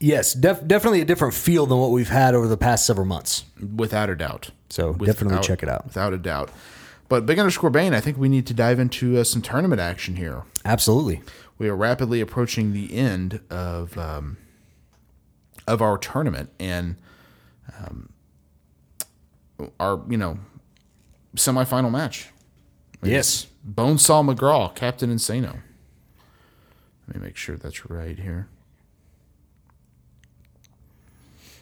[SPEAKER 3] Yes, def- definitely a different feel than what we've had over the past several months.
[SPEAKER 2] without a doubt.
[SPEAKER 3] So
[SPEAKER 2] Without-
[SPEAKER 3] definitely check it out.
[SPEAKER 2] without a doubt. But big underscore Bane, I think we need to dive into uh, some tournament action here.
[SPEAKER 3] Absolutely.
[SPEAKER 2] we are rapidly approaching the end of um, of our tournament and um, our you know semifinal match.
[SPEAKER 3] Yes.
[SPEAKER 2] Bonesaw McGraw, Captain Insano. Let me make sure that's right here.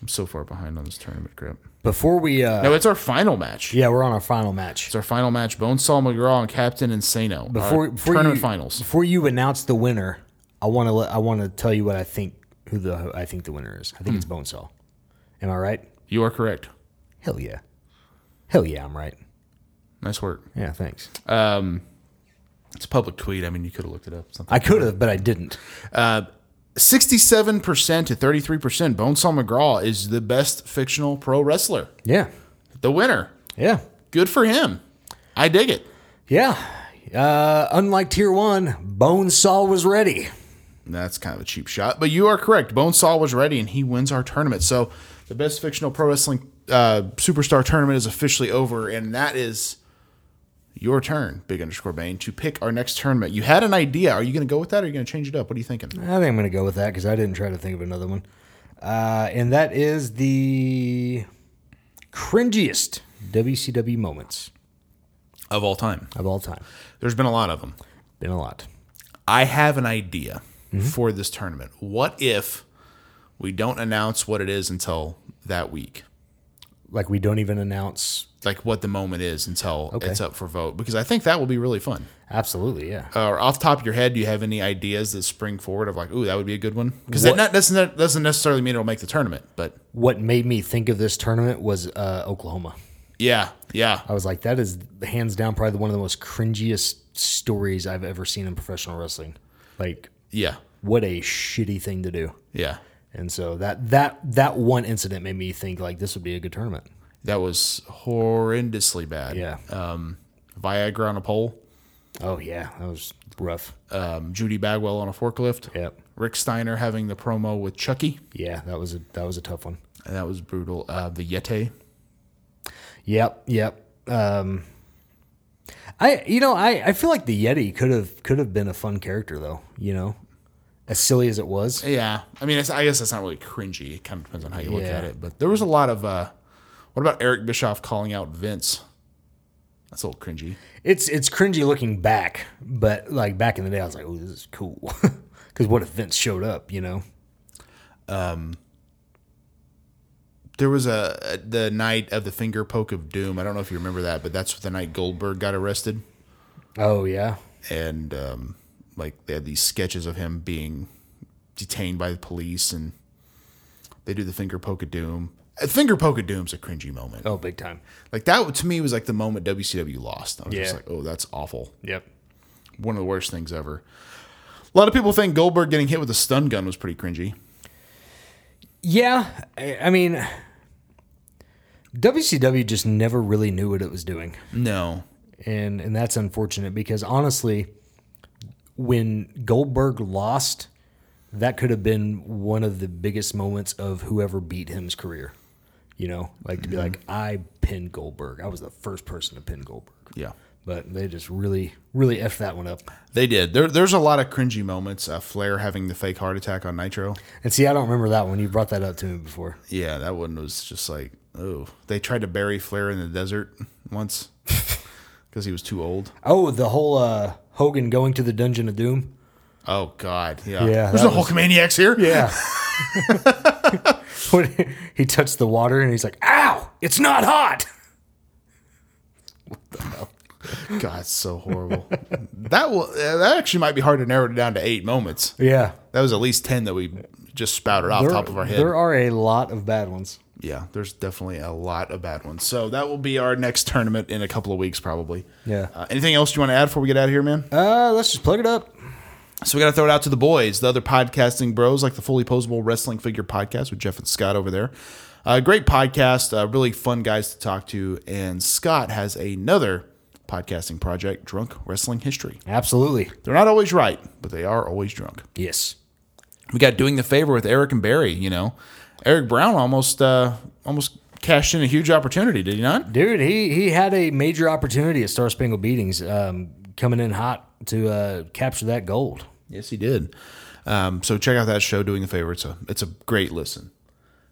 [SPEAKER 2] I'm so far behind on this tournament crap.
[SPEAKER 3] Before we, uh,
[SPEAKER 2] No, it's our final match.
[SPEAKER 3] yeah, we're on our final match.
[SPEAKER 2] It's our final match. Bonesaw McGraw and Captain Insano.
[SPEAKER 3] Before,
[SPEAKER 2] Our
[SPEAKER 3] before
[SPEAKER 2] tournament
[SPEAKER 3] you,
[SPEAKER 2] finals.
[SPEAKER 3] Before you announce the winner, I want to I want to tell you what I think who the I think the winner is. I think it's Bonesaw. Am I right?
[SPEAKER 2] You are correct.
[SPEAKER 3] Hell yeah. Hell yeah, I'm right.
[SPEAKER 2] Nice work.
[SPEAKER 3] Yeah, thanks.
[SPEAKER 2] Um, it's a public tweet. I mean, you could have looked it up. Something.
[SPEAKER 3] I could have, but I didn't.
[SPEAKER 2] Sixty-seven percent to thirty-three percent. Bonesaw McGraw is the best fictional pro wrestler.
[SPEAKER 3] Yeah.
[SPEAKER 2] The winner.
[SPEAKER 3] Yeah.
[SPEAKER 2] Good for him. I dig it.
[SPEAKER 3] Yeah. Uh, unlike tier one, Bonesaw was ready.
[SPEAKER 2] That's kind of a cheap shot, but you are correct. Bonesaw was ready, and he wins our tournament. So the best fictional pro wrestling uh, superstar tournament is officially over, and that is your turn, Big Underscore Bane, to pick our next tournament. You had an idea. Are you going to go with that, or are you going to change it up? What are you thinking?
[SPEAKER 3] I think I'm going to go with that because I didn't try to think of another one. Uh, and that is the cringiest WCW moments
[SPEAKER 2] Of all time,
[SPEAKER 3] of all time.
[SPEAKER 2] there's been a lot of them.
[SPEAKER 3] Been a lot.
[SPEAKER 2] I have an idea for this tournament. What if we don't announce what it is until that week?
[SPEAKER 3] Like we don't even announce.
[SPEAKER 2] Like what the moment is until it's up for vote, because I think that will be really fun.
[SPEAKER 3] Absolutely, yeah.
[SPEAKER 2] Uh, or off the top of your head, do you have any ideas that spring forward of like, ooh, that would be a good one? Because that not, that's not, doesn't necessarily mean it'll make the tournament, but
[SPEAKER 3] What made me think of this tournament was uh, Oklahoma.
[SPEAKER 2] yeah, yeah,
[SPEAKER 3] I was like, that is hands down probably one of the most cringiest stories I've ever seen in professional wrestling. Like,
[SPEAKER 2] yeah,
[SPEAKER 3] what a shitty thing to do.
[SPEAKER 2] yeah.
[SPEAKER 3] And so that that that one incident made me think like this would be a good tournament.
[SPEAKER 2] That was horrendously bad.
[SPEAKER 3] Yeah.
[SPEAKER 2] Um, Viagra on a pole,
[SPEAKER 3] Oh yeah, that was rough.
[SPEAKER 2] um, Judy Bagwell on a forklift,
[SPEAKER 3] Yep.
[SPEAKER 2] Rick Steiner having the promo with Chucky,
[SPEAKER 3] Yeah, that was a that was a tough one.
[SPEAKER 2] and that was brutal. Uh, the Yeti.
[SPEAKER 3] Yep, yep. Um, I you know I, I feel like the Yeti could have could have been a fun character though. You know, as silly as it was.
[SPEAKER 2] Yeah, I mean, it's, I guess that's not really cringy. It kind of depends on how you look
[SPEAKER 3] Yeah.
[SPEAKER 2] at it. But there was a lot of. Uh, what about Eric Bischoff calling out Vince? That's a little cringy.
[SPEAKER 3] It's it's cringy looking back, but like back in the day, I was like, oh, this is cool. Because what if Vince showed up? You know.
[SPEAKER 2] There was a the night of the finger poke of doom. I don't know if you remember that, but that's the night Goldberg got arrested,
[SPEAKER 3] Oh yeah.
[SPEAKER 2] and um, like they had these sketches of him being detained by the police, and they do the finger poke of doom. Uh, Finger poke of doom's a cringy moment.
[SPEAKER 3] Oh, big time.
[SPEAKER 2] Like that to me was like the moment WCW lost. I was just
[SPEAKER 3] Yeah.
[SPEAKER 2] like, oh, that's awful.
[SPEAKER 3] Yep.
[SPEAKER 2] One of the worst things ever. A lot of people think Goldberg getting hit with a stun gun was pretty cringy.
[SPEAKER 3] Yeah, I, I mean, WCW just never really knew what it was doing.
[SPEAKER 2] No.
[SPEAKER 3] and and that's unfortunate because honestly, when Goldberg lost, that could have been one of the biggest moments of whoever beat him's career. You know, like to be like, I pinned Goldberg. I was the first person to pin Goldberg.
[SPEAKER 2] Yeah.
[SPEAKER 3] But they just really, really effed that one up.
[SPEAKER 2] They did. There, there's a lot of cringy moments. Uh, Flair having the fake heart attack on Nitro.
[SPEAKER 3] And see, I don't remember that one. You brought that up to me before.
[SPEAKER 2] Yeah, that one was just like, oh. They tried to bury Flair in the desert once because he was too old.
[SPEAKER 3] Oh, the whole uh, Hogan going to the Dungeon of Doom.
[SPEAKER 2] Oh, God. Yeah.
[SPEAKER 3] Yeah,
[SPEAKER 2] there's
[SPEAKER 3] that
[SPEAKER 2] no Hulkamaniacs here.
[SPEAKER 3] Yeah. when he touched the water and he's like, ow, it's not hot.
[SPEAKER 2] God, it's so horrible. that will, uh, that actually might be hard to narrow it down to eight moments.
[SPEAKER 3] Yeah.
[SPEAKER 2] That was at least 10 that we just spouted off top of our head.
[SPEAKER 3] There are a lot of bad ones.
[SPEAKER 2] yeah, there's definitely a lot of bad ones. So that will be our next tournament in a couple of weeks, probably.
[SPEAKER 3] Yeah.
[SPEAKER 2] Uh, anything else you want to add before we get out of here, man?
[SPEAKER 3] Uh, let's just plug it up.
[SPEAKER 2] So we got to throw it out to the boys, the other podcasting bros, like the Fully Posable Wrestling Figure Podcast with Jeff and Scott over there. Uh, great podcast, uh, really fun guys to talk to. And Scott has another podcasting project, Drunk Wrestling History.
[SPEAKER 3] Absolutely.
[SPEAKER 2] They're not always right, but they are always drunk.
[SPEAKER 3] Yes.
[SPEAKER 2] We got doing the favor with Eric and Barry. You know, Eric Brown almost uh, almost cashed in a huge opportunity, did he not?
[SPEAKER 3] Dude, he he had a major opportunity at Star Spangled Beatings, um, coming in hot to uh, capture that gold.
[SPEAKER 2] Yes, he did. Um, so check out that show, Doing the Favor. It's a, it's a great listen.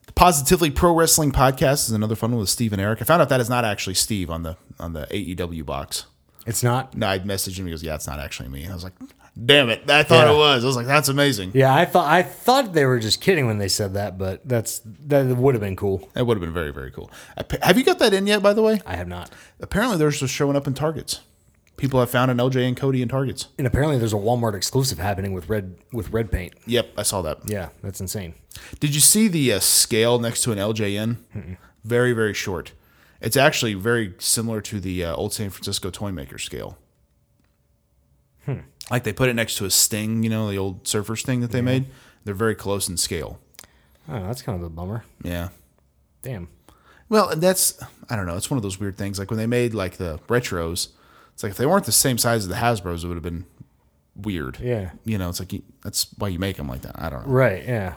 [SPEAKER 2] The Positively Pro Wrestling Podcast is another fun one with Steve and Eric. I found out that is not actually Steve on the on the AEW box.
[SPEAKER 3] It's not.
[SPEAKER 2] No, I messaged him. He goes, "Yeah, it's not actually me." And I was like, "Damn it! I thought
[SPEAKER 3] Yeah.
[SPEAKER 2] it was." I was like, "That's amazing."
[SPEAKER 3] Yeah, I thought I thought they were just kidding when they said that, but that's that would have been cool.
[SPEAKER 2] That would have been very very cool. Ap- Have you got that in yet? By the way,
[SPEAKER 3] I have not.
[SPEAKER 2] apparently they're just showing up in Targets. people have found in LJ and Cody and Targets.
[SPEAKER 3] And apparently, there's a Walmart exclusive happening with red with red paint.
[SPEAKER 2] Yep, I saw that.
[SPEAKER 3] Yeah, that's insane.
[SPEAKER 2] Did you see the uh, scale next to an LJN? Very, very short. It's actually very similar to the uh, old San Francisco toy maker scale. Like they put it next to a Sting, you know, the old surfer Sting that they made. They're very close in scale.
[SPEAKER 3] Oh, that's kind of a bummer.
[SPEAKER 2] Yeah.
[SPEAKER 3] Damn.
[SPEAKER 2] Well, and that's I don't know. It's one of those weird things. Like when they made like the retros, it's like if they weren't the same size as the Hasbro's, it would have been weird.
[SPEAKER 3] Yeah.
[SPEAKER 2] You know, it's like you, that's why you make them like that. I don't know.
[SPEAKER 3] Right. Yeah.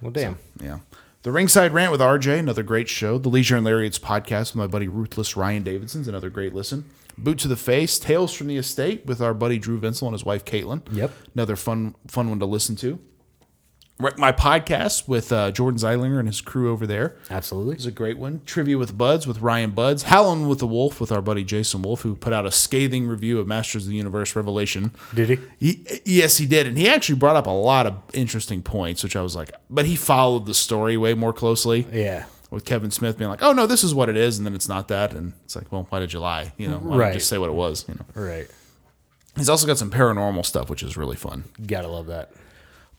[SPEAKER 3] Well, damn.
[SPEAKER 2] Yeah. The Ringside Rant with RJ, another great show. The Leisure and Lariats podcast with my buddy Ruthless Ryan Davidson's another great listen. Boot to the Face, Tales from the Estate with our buddy Drew Vinsel and his wife Caitlin.
[SPEAKER 3] Yep.
[SPEAKER 2] Another fun fun one to listen to. Wreck My podcast with uh, Jordan Zeilinger and his crew over there is
[SPEAKER 3] Absolutely.
[SPEAKER 2] a great one. Trivia with Buds with Ryan Buds. Howlin' with the Wolf with our buddy Jason Wolf, who put out a scathing review of Masters of the Universe Revelation.
[SPEAKER 3] Did he?
[SPEAKER 2] He, yes, he did, and he actually brought up a lot of interesting points, which I was like, but he followed the story way more closely.
[SPEAKER 3] Yeah.
[SPEAKER 2] With Kevin Smith being like, "Oh no, this is what it is," and then it's not that, and it's like, "Well, why did you lie?" You know, why don't you
[SPEAKER 3] Right.
[SPEAKER 2] Just say what it was. You know,
[SPEAKER 3] Right.
[SPEAKER 2] he's also got some paranormal stuff, which is really fun.
[SPEAKER 3] Gotta love that.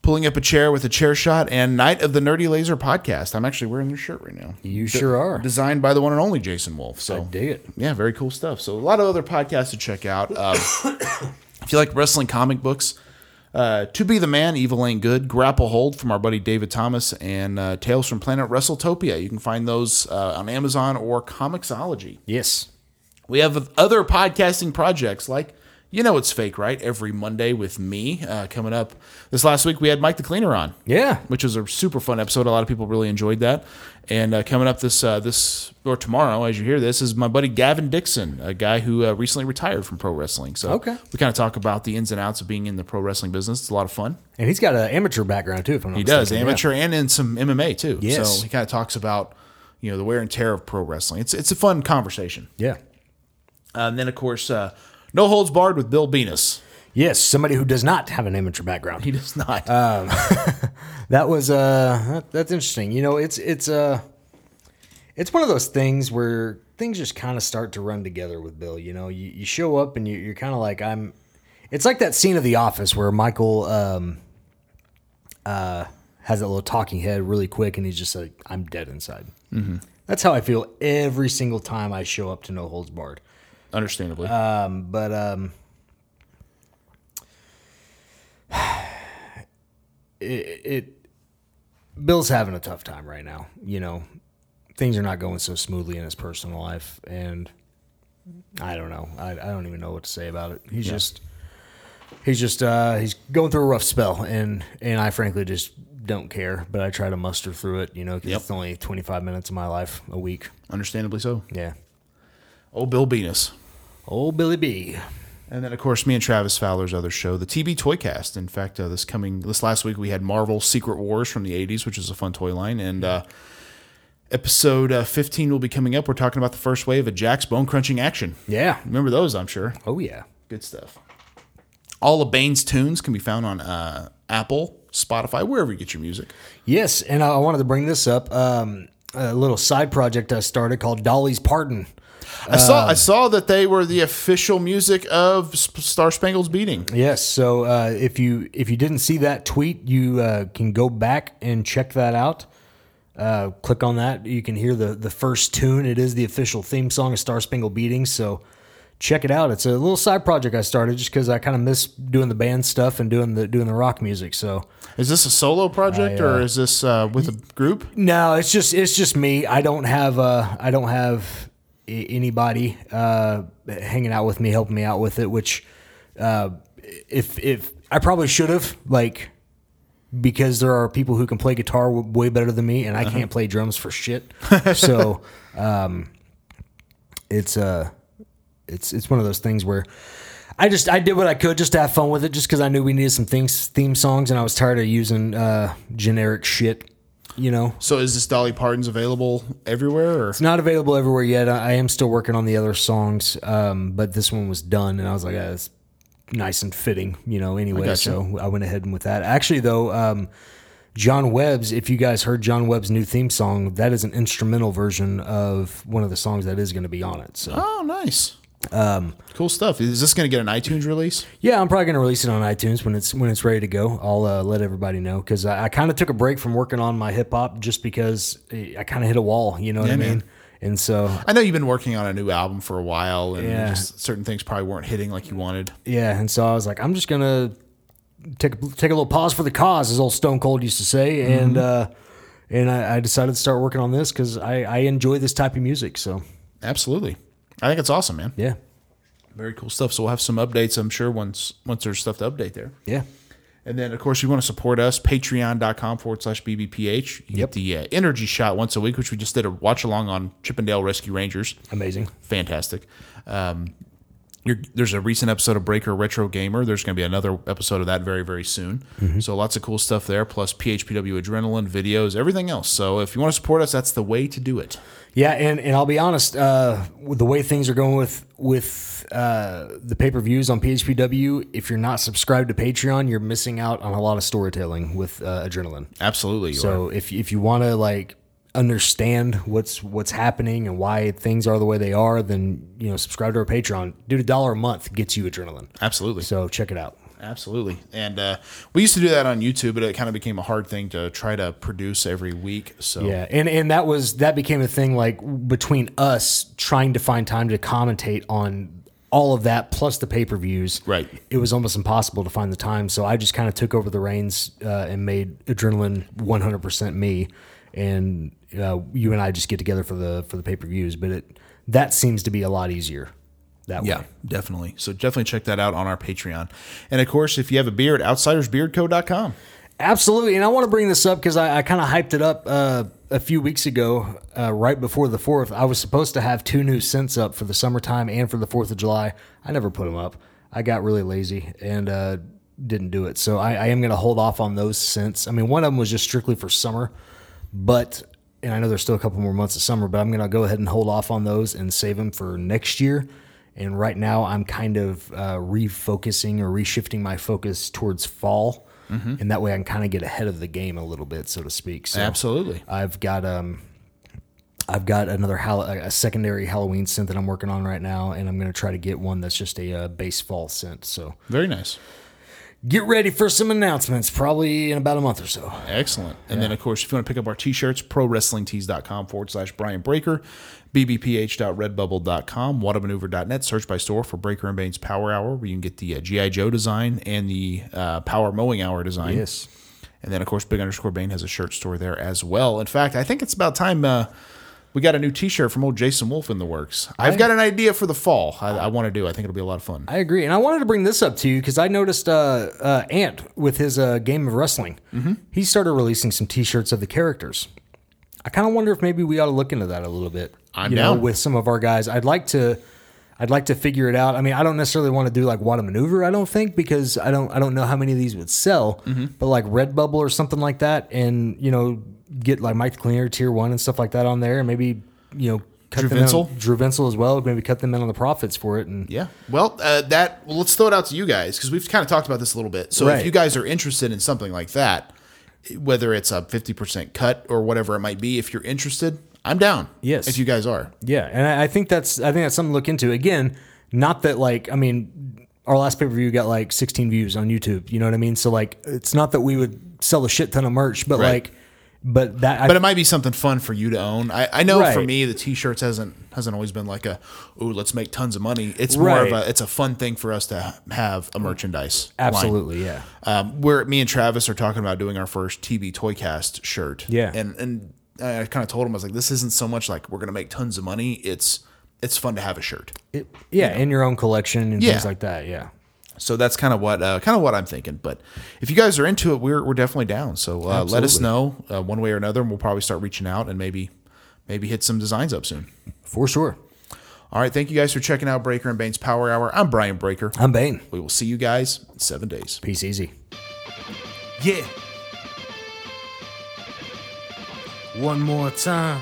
[SPEAKER 2] Pulling up a chair with a chair shot and Night of the Nerdy Laser podcast. I'm actually wearing their shirt right now.
[SPEAKER 3] You sure are.
[SPEAKER 2] Designed by the one and only Jason Wolf. So
[SPEAKER 3] I dig it.
[SPEAKER 2] yeah, very cool stuff. So a lot of other podcasts to check out. Um, if you like wrestling comic books, uh, To Be the Man, Evil Ain't Good, Grapple Hold from our buddy David Thomas, and uh, Tales from Planet WrestleTopia. You can find those uh, on Amazon or Comixology.
[SPEAKER 3] Yes.
[SPEAKER 2] We have other podcasting projects like You Know It's Fake, right? Every Monday with me uh, coming up. This last week we had Mike the Cleaner on
[SPEAKER 3] Yeah.
[SPEAKER 2] which was a super fun episode. A lot of people really enjoyed that. And uh, coming up this uh, this or tomorrow, as you hear this, is my buddy Gavin Dixon, a guy who uh, recently retired from pro wrestling. So
[SPEAKER 3] Okay.
[SPEAKER 2] we kind of talk about the ins and outs of being in the pro wrestling business. It's a lot of fun.
[SPEAKER 3] And he's got an amateur background too. If I'm not
[SPEAKER 2] He does
[SPEAKER 3] mistaken.
[SPEAKER 2] amateur and in some MMA too.
[SPEAKER 3] Yes.
[SPEAKER 2] So he kind of talks about you know the wear and tear of pro wrestling. It's it's a fun conversation.
[SPEAKER 3] Yeah. yeah.
[SPEAKER 2] and then of course, uh, no holds barred with Bill Venus.
[SPEAKER 3] Yes. Somebody who does not have an amateur background.
[SPEAKER 2] He does not.
[SPEAKER 3] Uh, That was uh that- that's interesting. You know, it's it's uh it's one of those things where things just kind of start to run together with Bill. You know, you, you show up and you, you're kind of like I'm. It's like that scene of The Office where Michael um uh has that little talking head really quick and he's just like I'm dead inside. Mm-hmm. That's how I feel every single time I show up to No Holds Barred.
[SPEAKER 2] Understandably.
[SPEAKER 3] But um, it, it Bill's having a tough time right now. You know, things are not going so smoothly in his personal life, and I don't know. I, I don't even know what to say about it. He's just he's just uh, he's going through a rough spell, and and I frankly just don't care. But I try to muster through it. You know, 'cause
[SPEAKER 2] Yep.
[SPEAKER 3] it's only twenty five minutes of my life a week.
[SPEAKER 2] Understandably so.
[SPEAKER 3] Yeah.
[SPEAKER 2] Oh, Bill Venus.
[SPEAKER 3] Old Billy B.
[SPEAKER 2] And then, of course, me and Travis Fowler's other show, the TB Toycast. In fact, uh, this coming this last week we had Marvel Secret Wars from the '80s, which is a fun toy line, and uh, episode uh, 15 will be coming up. We're talking about the first wave of Jack's bone crunching action.
[SPEAKER 3] Yeah.
[SPEAKER 2] Remember those? I'm sure.
[SPEAKER 3] Oh yeah.
[SPEAKER 2] Good stuff. All of Bane's tunes can be found on uh, Apple, Spotify, wherever you get your music.
[SPEAKER 3] Yes, and I I wanted to bring this up. Um, a little side project I started called Dolly's Pardon.
[SPEAKER 2] I saw I saw that they were the official music of S- Star Spangled's Beating.
[SPEAKER 3] Yes, so uh, if you if you didn't see that tweet, you uh, can go back and check that out. Uh, click on that. You can hear the the first tune. It is the official theme song of Star Spangled Beatings. So check it out. It's a little side project I started just because I kind of miss doing the band stuff and doing the doing the rock music. So
[SPEAKER 2] Is this a solo project or is this uh, with a group?
[SPEAKER 3] No, it's just it's just me. I don't have uh I don't have I- anybody uh hanging out with me, helping me out with it. Which, uh, if if I probably should have like because there are people who can play guitar w- way better than me, and I can't play drums for shit. so, um, it's uh it's it's one of those things where. I just I did what I could just to have fun with it, just because I knew we needed some things theme songs, and I was tired of using uh, generic shit, you know.
[SPEAKER 2] So is this Dolly Parton's available everywhere? Or?
[SPEAKER 3] It's not available everywhere yet. I I am still working on the other songs, um, but this one was done, and I was like, "Ah, "That's nice and fitting," you know. Anyway,
[SPEAKER 2] gotcha.
[SPEAKER 3] so I went ahead and with that. Actually, though, um, John Webb's. If you guys heard John Webb's new theme song, that is an instrumental version of one of the songs that is going to be on it. So
[SPEAKER 2] Oh, nice. Cool stuff. Is this going to get an iTunes release?
[SPEAKER 3] Yeah, I'm probably gonna release it on iTunes when it's when it's ready to go. I'll uh, let everybody know because I, I kind of took a break from working on my hip hop just because eh, I kind of hit a wall. You know what I mean?
[SPEAKER 2] man.
[SPEAKER 3] And so
[SPEAKER 2] I know you've been working on a new album for a while, and
[SPEAKER 3] Yeah.
[SPEAKER 2] just certain things probably weren't hitting like you wanted.
[SPEAKER 3] yeah, and so I was like, I'm just gonna take a, take a little pause for the cause, as old Stone Cold used to say, and uh, and I, I decided to start working on this because I, I enjoy this type of music. So
[SPEAKER 2] Absolutely. I think it's awesome, man.
[SPEAKER 3] yeah,
[SPEAKER 2] Very cool stuff. So we'll have some updates, I'm sure, once once there's stuff to update there.
[SPEAKER 3] yeah,
[SPEAKER 2] And then, of course, you want to support us, patreon.com forward slash BBPH. You get the uh, energy shot once a week, which we just did a watch along on Chippendale Rescue Rangers.
[SPEAKER 3] amazing.
[SPEAKER 2] Fantastic. Um, you're, there's a recent episode of Breaker Retro Gamer. There's going to be another episode of that very, very soon.
[SPEAKER 3] Mm-hmm.
[SPEAKER 2] So lots of cool stuff there, plus PHPW Adrenaline, videos, everything else. So if you want to support us, that's the way to do it.
[SPEAKER 3] Yeah, and, and I'll be honest, uh, with the way things are going with with uh, the pay per views on PHPW, if you're not subscribed to Patreon, you're missing out on a lot of storytelling with uh, adrenaline.
[SPEAKER 2] Absolutely. you are.
[SPEAKER 3] So if if you want to like understand what's what's happening and why things are the way they are, then you know subscribe to our Patreon. Dude, a dollar a month gets you adrenaline.
[SPEAKER 2] Absolutely.
[SPEAKER 3] So check it out.
[SPEAKER 2] Absolutely. And uh, we used to do that on YouTube, but it kind of became a hard thing to try to produce every week. So
[SPEAKER 3] Yeah, and and that was that became a thing like between us trying to find time to commentate on all of that plus the pay per views.
[SPEAKER 2] Right.
[SPEAKER 3] It was almost impossible to find the time, so I just kind of took over the reins uh, and made adrenaline 100 percent me, and uh, you and I just get together for the for the pay per views. But it that seems to be a lot easier that
[SPEAKER 2] Yeah,
[SPEAKER 3] way.
[SPEAKER 2] definitely. So definitely check that out on our Patreon. And of course, if you have a beard, outsidersbeardco.com.
[SPEAKER 3] Absolutely, and I want to bring this up because I, I kind of hyped it up uh, a few weeks ago, uh, right before the fourth. I was supposed to have two new scents up for the summertime and for the Fourth of July. I never put them up. I got really lazy and uh, didn't do it. So I, I am going to hold off on those scents. I mean, one of them was just strictly for summer, but and I know there's still a couple more months of summer, but I'm going to go ahead and hold off on those and save them for next year. And right now, I'm kind of uh, refocusing or reshifting my focus towards fall, and that way I can kind of get ahead of the game a little bit, so to speak. So
[SPEAKER 2] Absolutely.
[SPEAKER 3] I've got um, I've got another Hall- a secondary Halloween scent that I'm working on right now, and I'm going to try to get one that's just a uh, base fall scent. So
[SPEAKER 2] Very nice.
[SPEAKER 3] get ready for some announcements, probably in about a month or so.
[SPEAKER 2] Excellent. And then, of course, if you want to pick up our t shirts, prowrestlingtees.com forward slash Brian Breaker, bbph.redbubble.com, whatamaneuver.net, search by store for Breaker and Bane's Power Hour, where you can get the uh, G.I. Joe design and the uh, Power Mowing Hour design.
[SPEAKER 3] Yes.
[SPEAKER 2] And then, of course, Big Underscore Bane has a shirt store there as well. In fact, I think it's about time uh, we got a new T-shirt from old Jason Wolf in the works. I've got an idea for the fall. I, I want to do. I think it'll be a lot of fun.
[SPEAKER 3] I agree, and I wanted to bring this up to you because I noticed uh, uh, Ant with his uh, game of wrestling.
[SPEAKER 2] Mm-hmm.
[SPEAKER 3] He started releasing some T-shirts of the characters. I kind of wonder if maybe we ought to look into that a little bit.
[SPEAKER 2] I'm
[SPEAKER 3] you
[SPEAKER 2] down.
[SPEAKER 3] know, with some of our guys. I'd like to, I'd like to figure it out. I mean, I don't necessarily want to do like what a maneuver. I don't think because I don't, I don't know how many of these would sell.
[SPEAKER 2] Mm-hmm.
[SPEAKER 3] But like Redbubble or something like that, and you know, get like Mike the Cleaner Tier One and stuff like that on there, and maybe you know, cut
[SPEAKER 2] Drew
[SPEAKER 3] them in on-
[SPEAKER 2] Vinsel?
[SPEAKER 3] Drew Vinsel as well. Maybe cut them in on the profits for it, and
[SPEAKER 2] Yeah. Well, uh, that well, let's throw it out to you guys because we've kind of talked about this a little bit. So if
[SPEAKER 3] Right.
[SPEAKER 2] you guys are interested in something like that, whether it's a fifty percent cut or whatever it might be, if you're interested, I'm down.
[SPEAKER 3] Yes.
[SPEAKER 2] If you guys are,
[SPEAKER 3] Yeah, and I, I think that's I think that's something to look into. Again, not that like I mean, our last pay per view got like 16 views on YouTube. You know what I mean? So like, it's not that we would sell a shit ton of merch, but
[SPEAKER 2] Right.
[SPEAKER 3] like, but that
[SPEAKER 2] but
[SPEAKER 3] I,
[SPEAKER 2] it might be something fun for you to own. I, I know for
[SPEAKER 3] Right.
[SPEAKER 2] me, the t-shirts hasn't hasn't always been like a oh let's make tons of money. It's more
[SPEAKER 3] Right.
[SPEAKER 2] of a it's a fun thing for us to have a merchandise. line.
[SPEAKER 3] absolutely yeah.
[SPEAKER 2] Um, where me and Travis are talking about doing our first TB Toycast shirt.
[SPEAKER 3] Yeah.
[SPEAKER 2] and and I kind of told him I was like, this isn't so much like we're gonna make tons of money. It's it's fun to have a shirt.
[SPEAKER 3] It- yeah, in your own collection and
[SPEAKER 2] Yeah.
[SPEAKER 3] things like that. Yeah,
[SPEAKER 2] So that's kind of what uh, kind of what I'm thinking. But if you guys are into it, we're we're definitely down. So uh, let us know uh, one way or another, and we'll probably start reaching out and maybe maybe hit some designs up soon.
[SPEAKER 3] for sure.
[SPEAKER 2] All right, thank you guys for checking out Breaker and Bane's Power Hour. I'm Brian Breaker.
[SPEAKER 3] I'm Bane.
[SPEAKER 2] We will see you guys in seven days.
[SPEAKER 3] Peace easy.
[SPEAKER 2] Yeah.
[SPEAKER 1] One more time.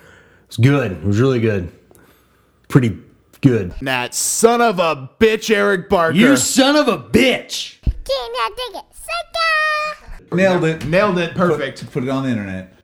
[SPEAKER 7] It's good. It was really good. Pretty good.
[SPEAKER 2] That son of a bitch, Eric Barker.
[SPEAKER 8] You son of a bitch.
[SPEAKER 9] King, I dig it. Sucker!
[SPEAKER 10] Nailed it.
[SPEAKER 2] Nailed it. Perfect.
[SPEAKER 10] Put it on the internet.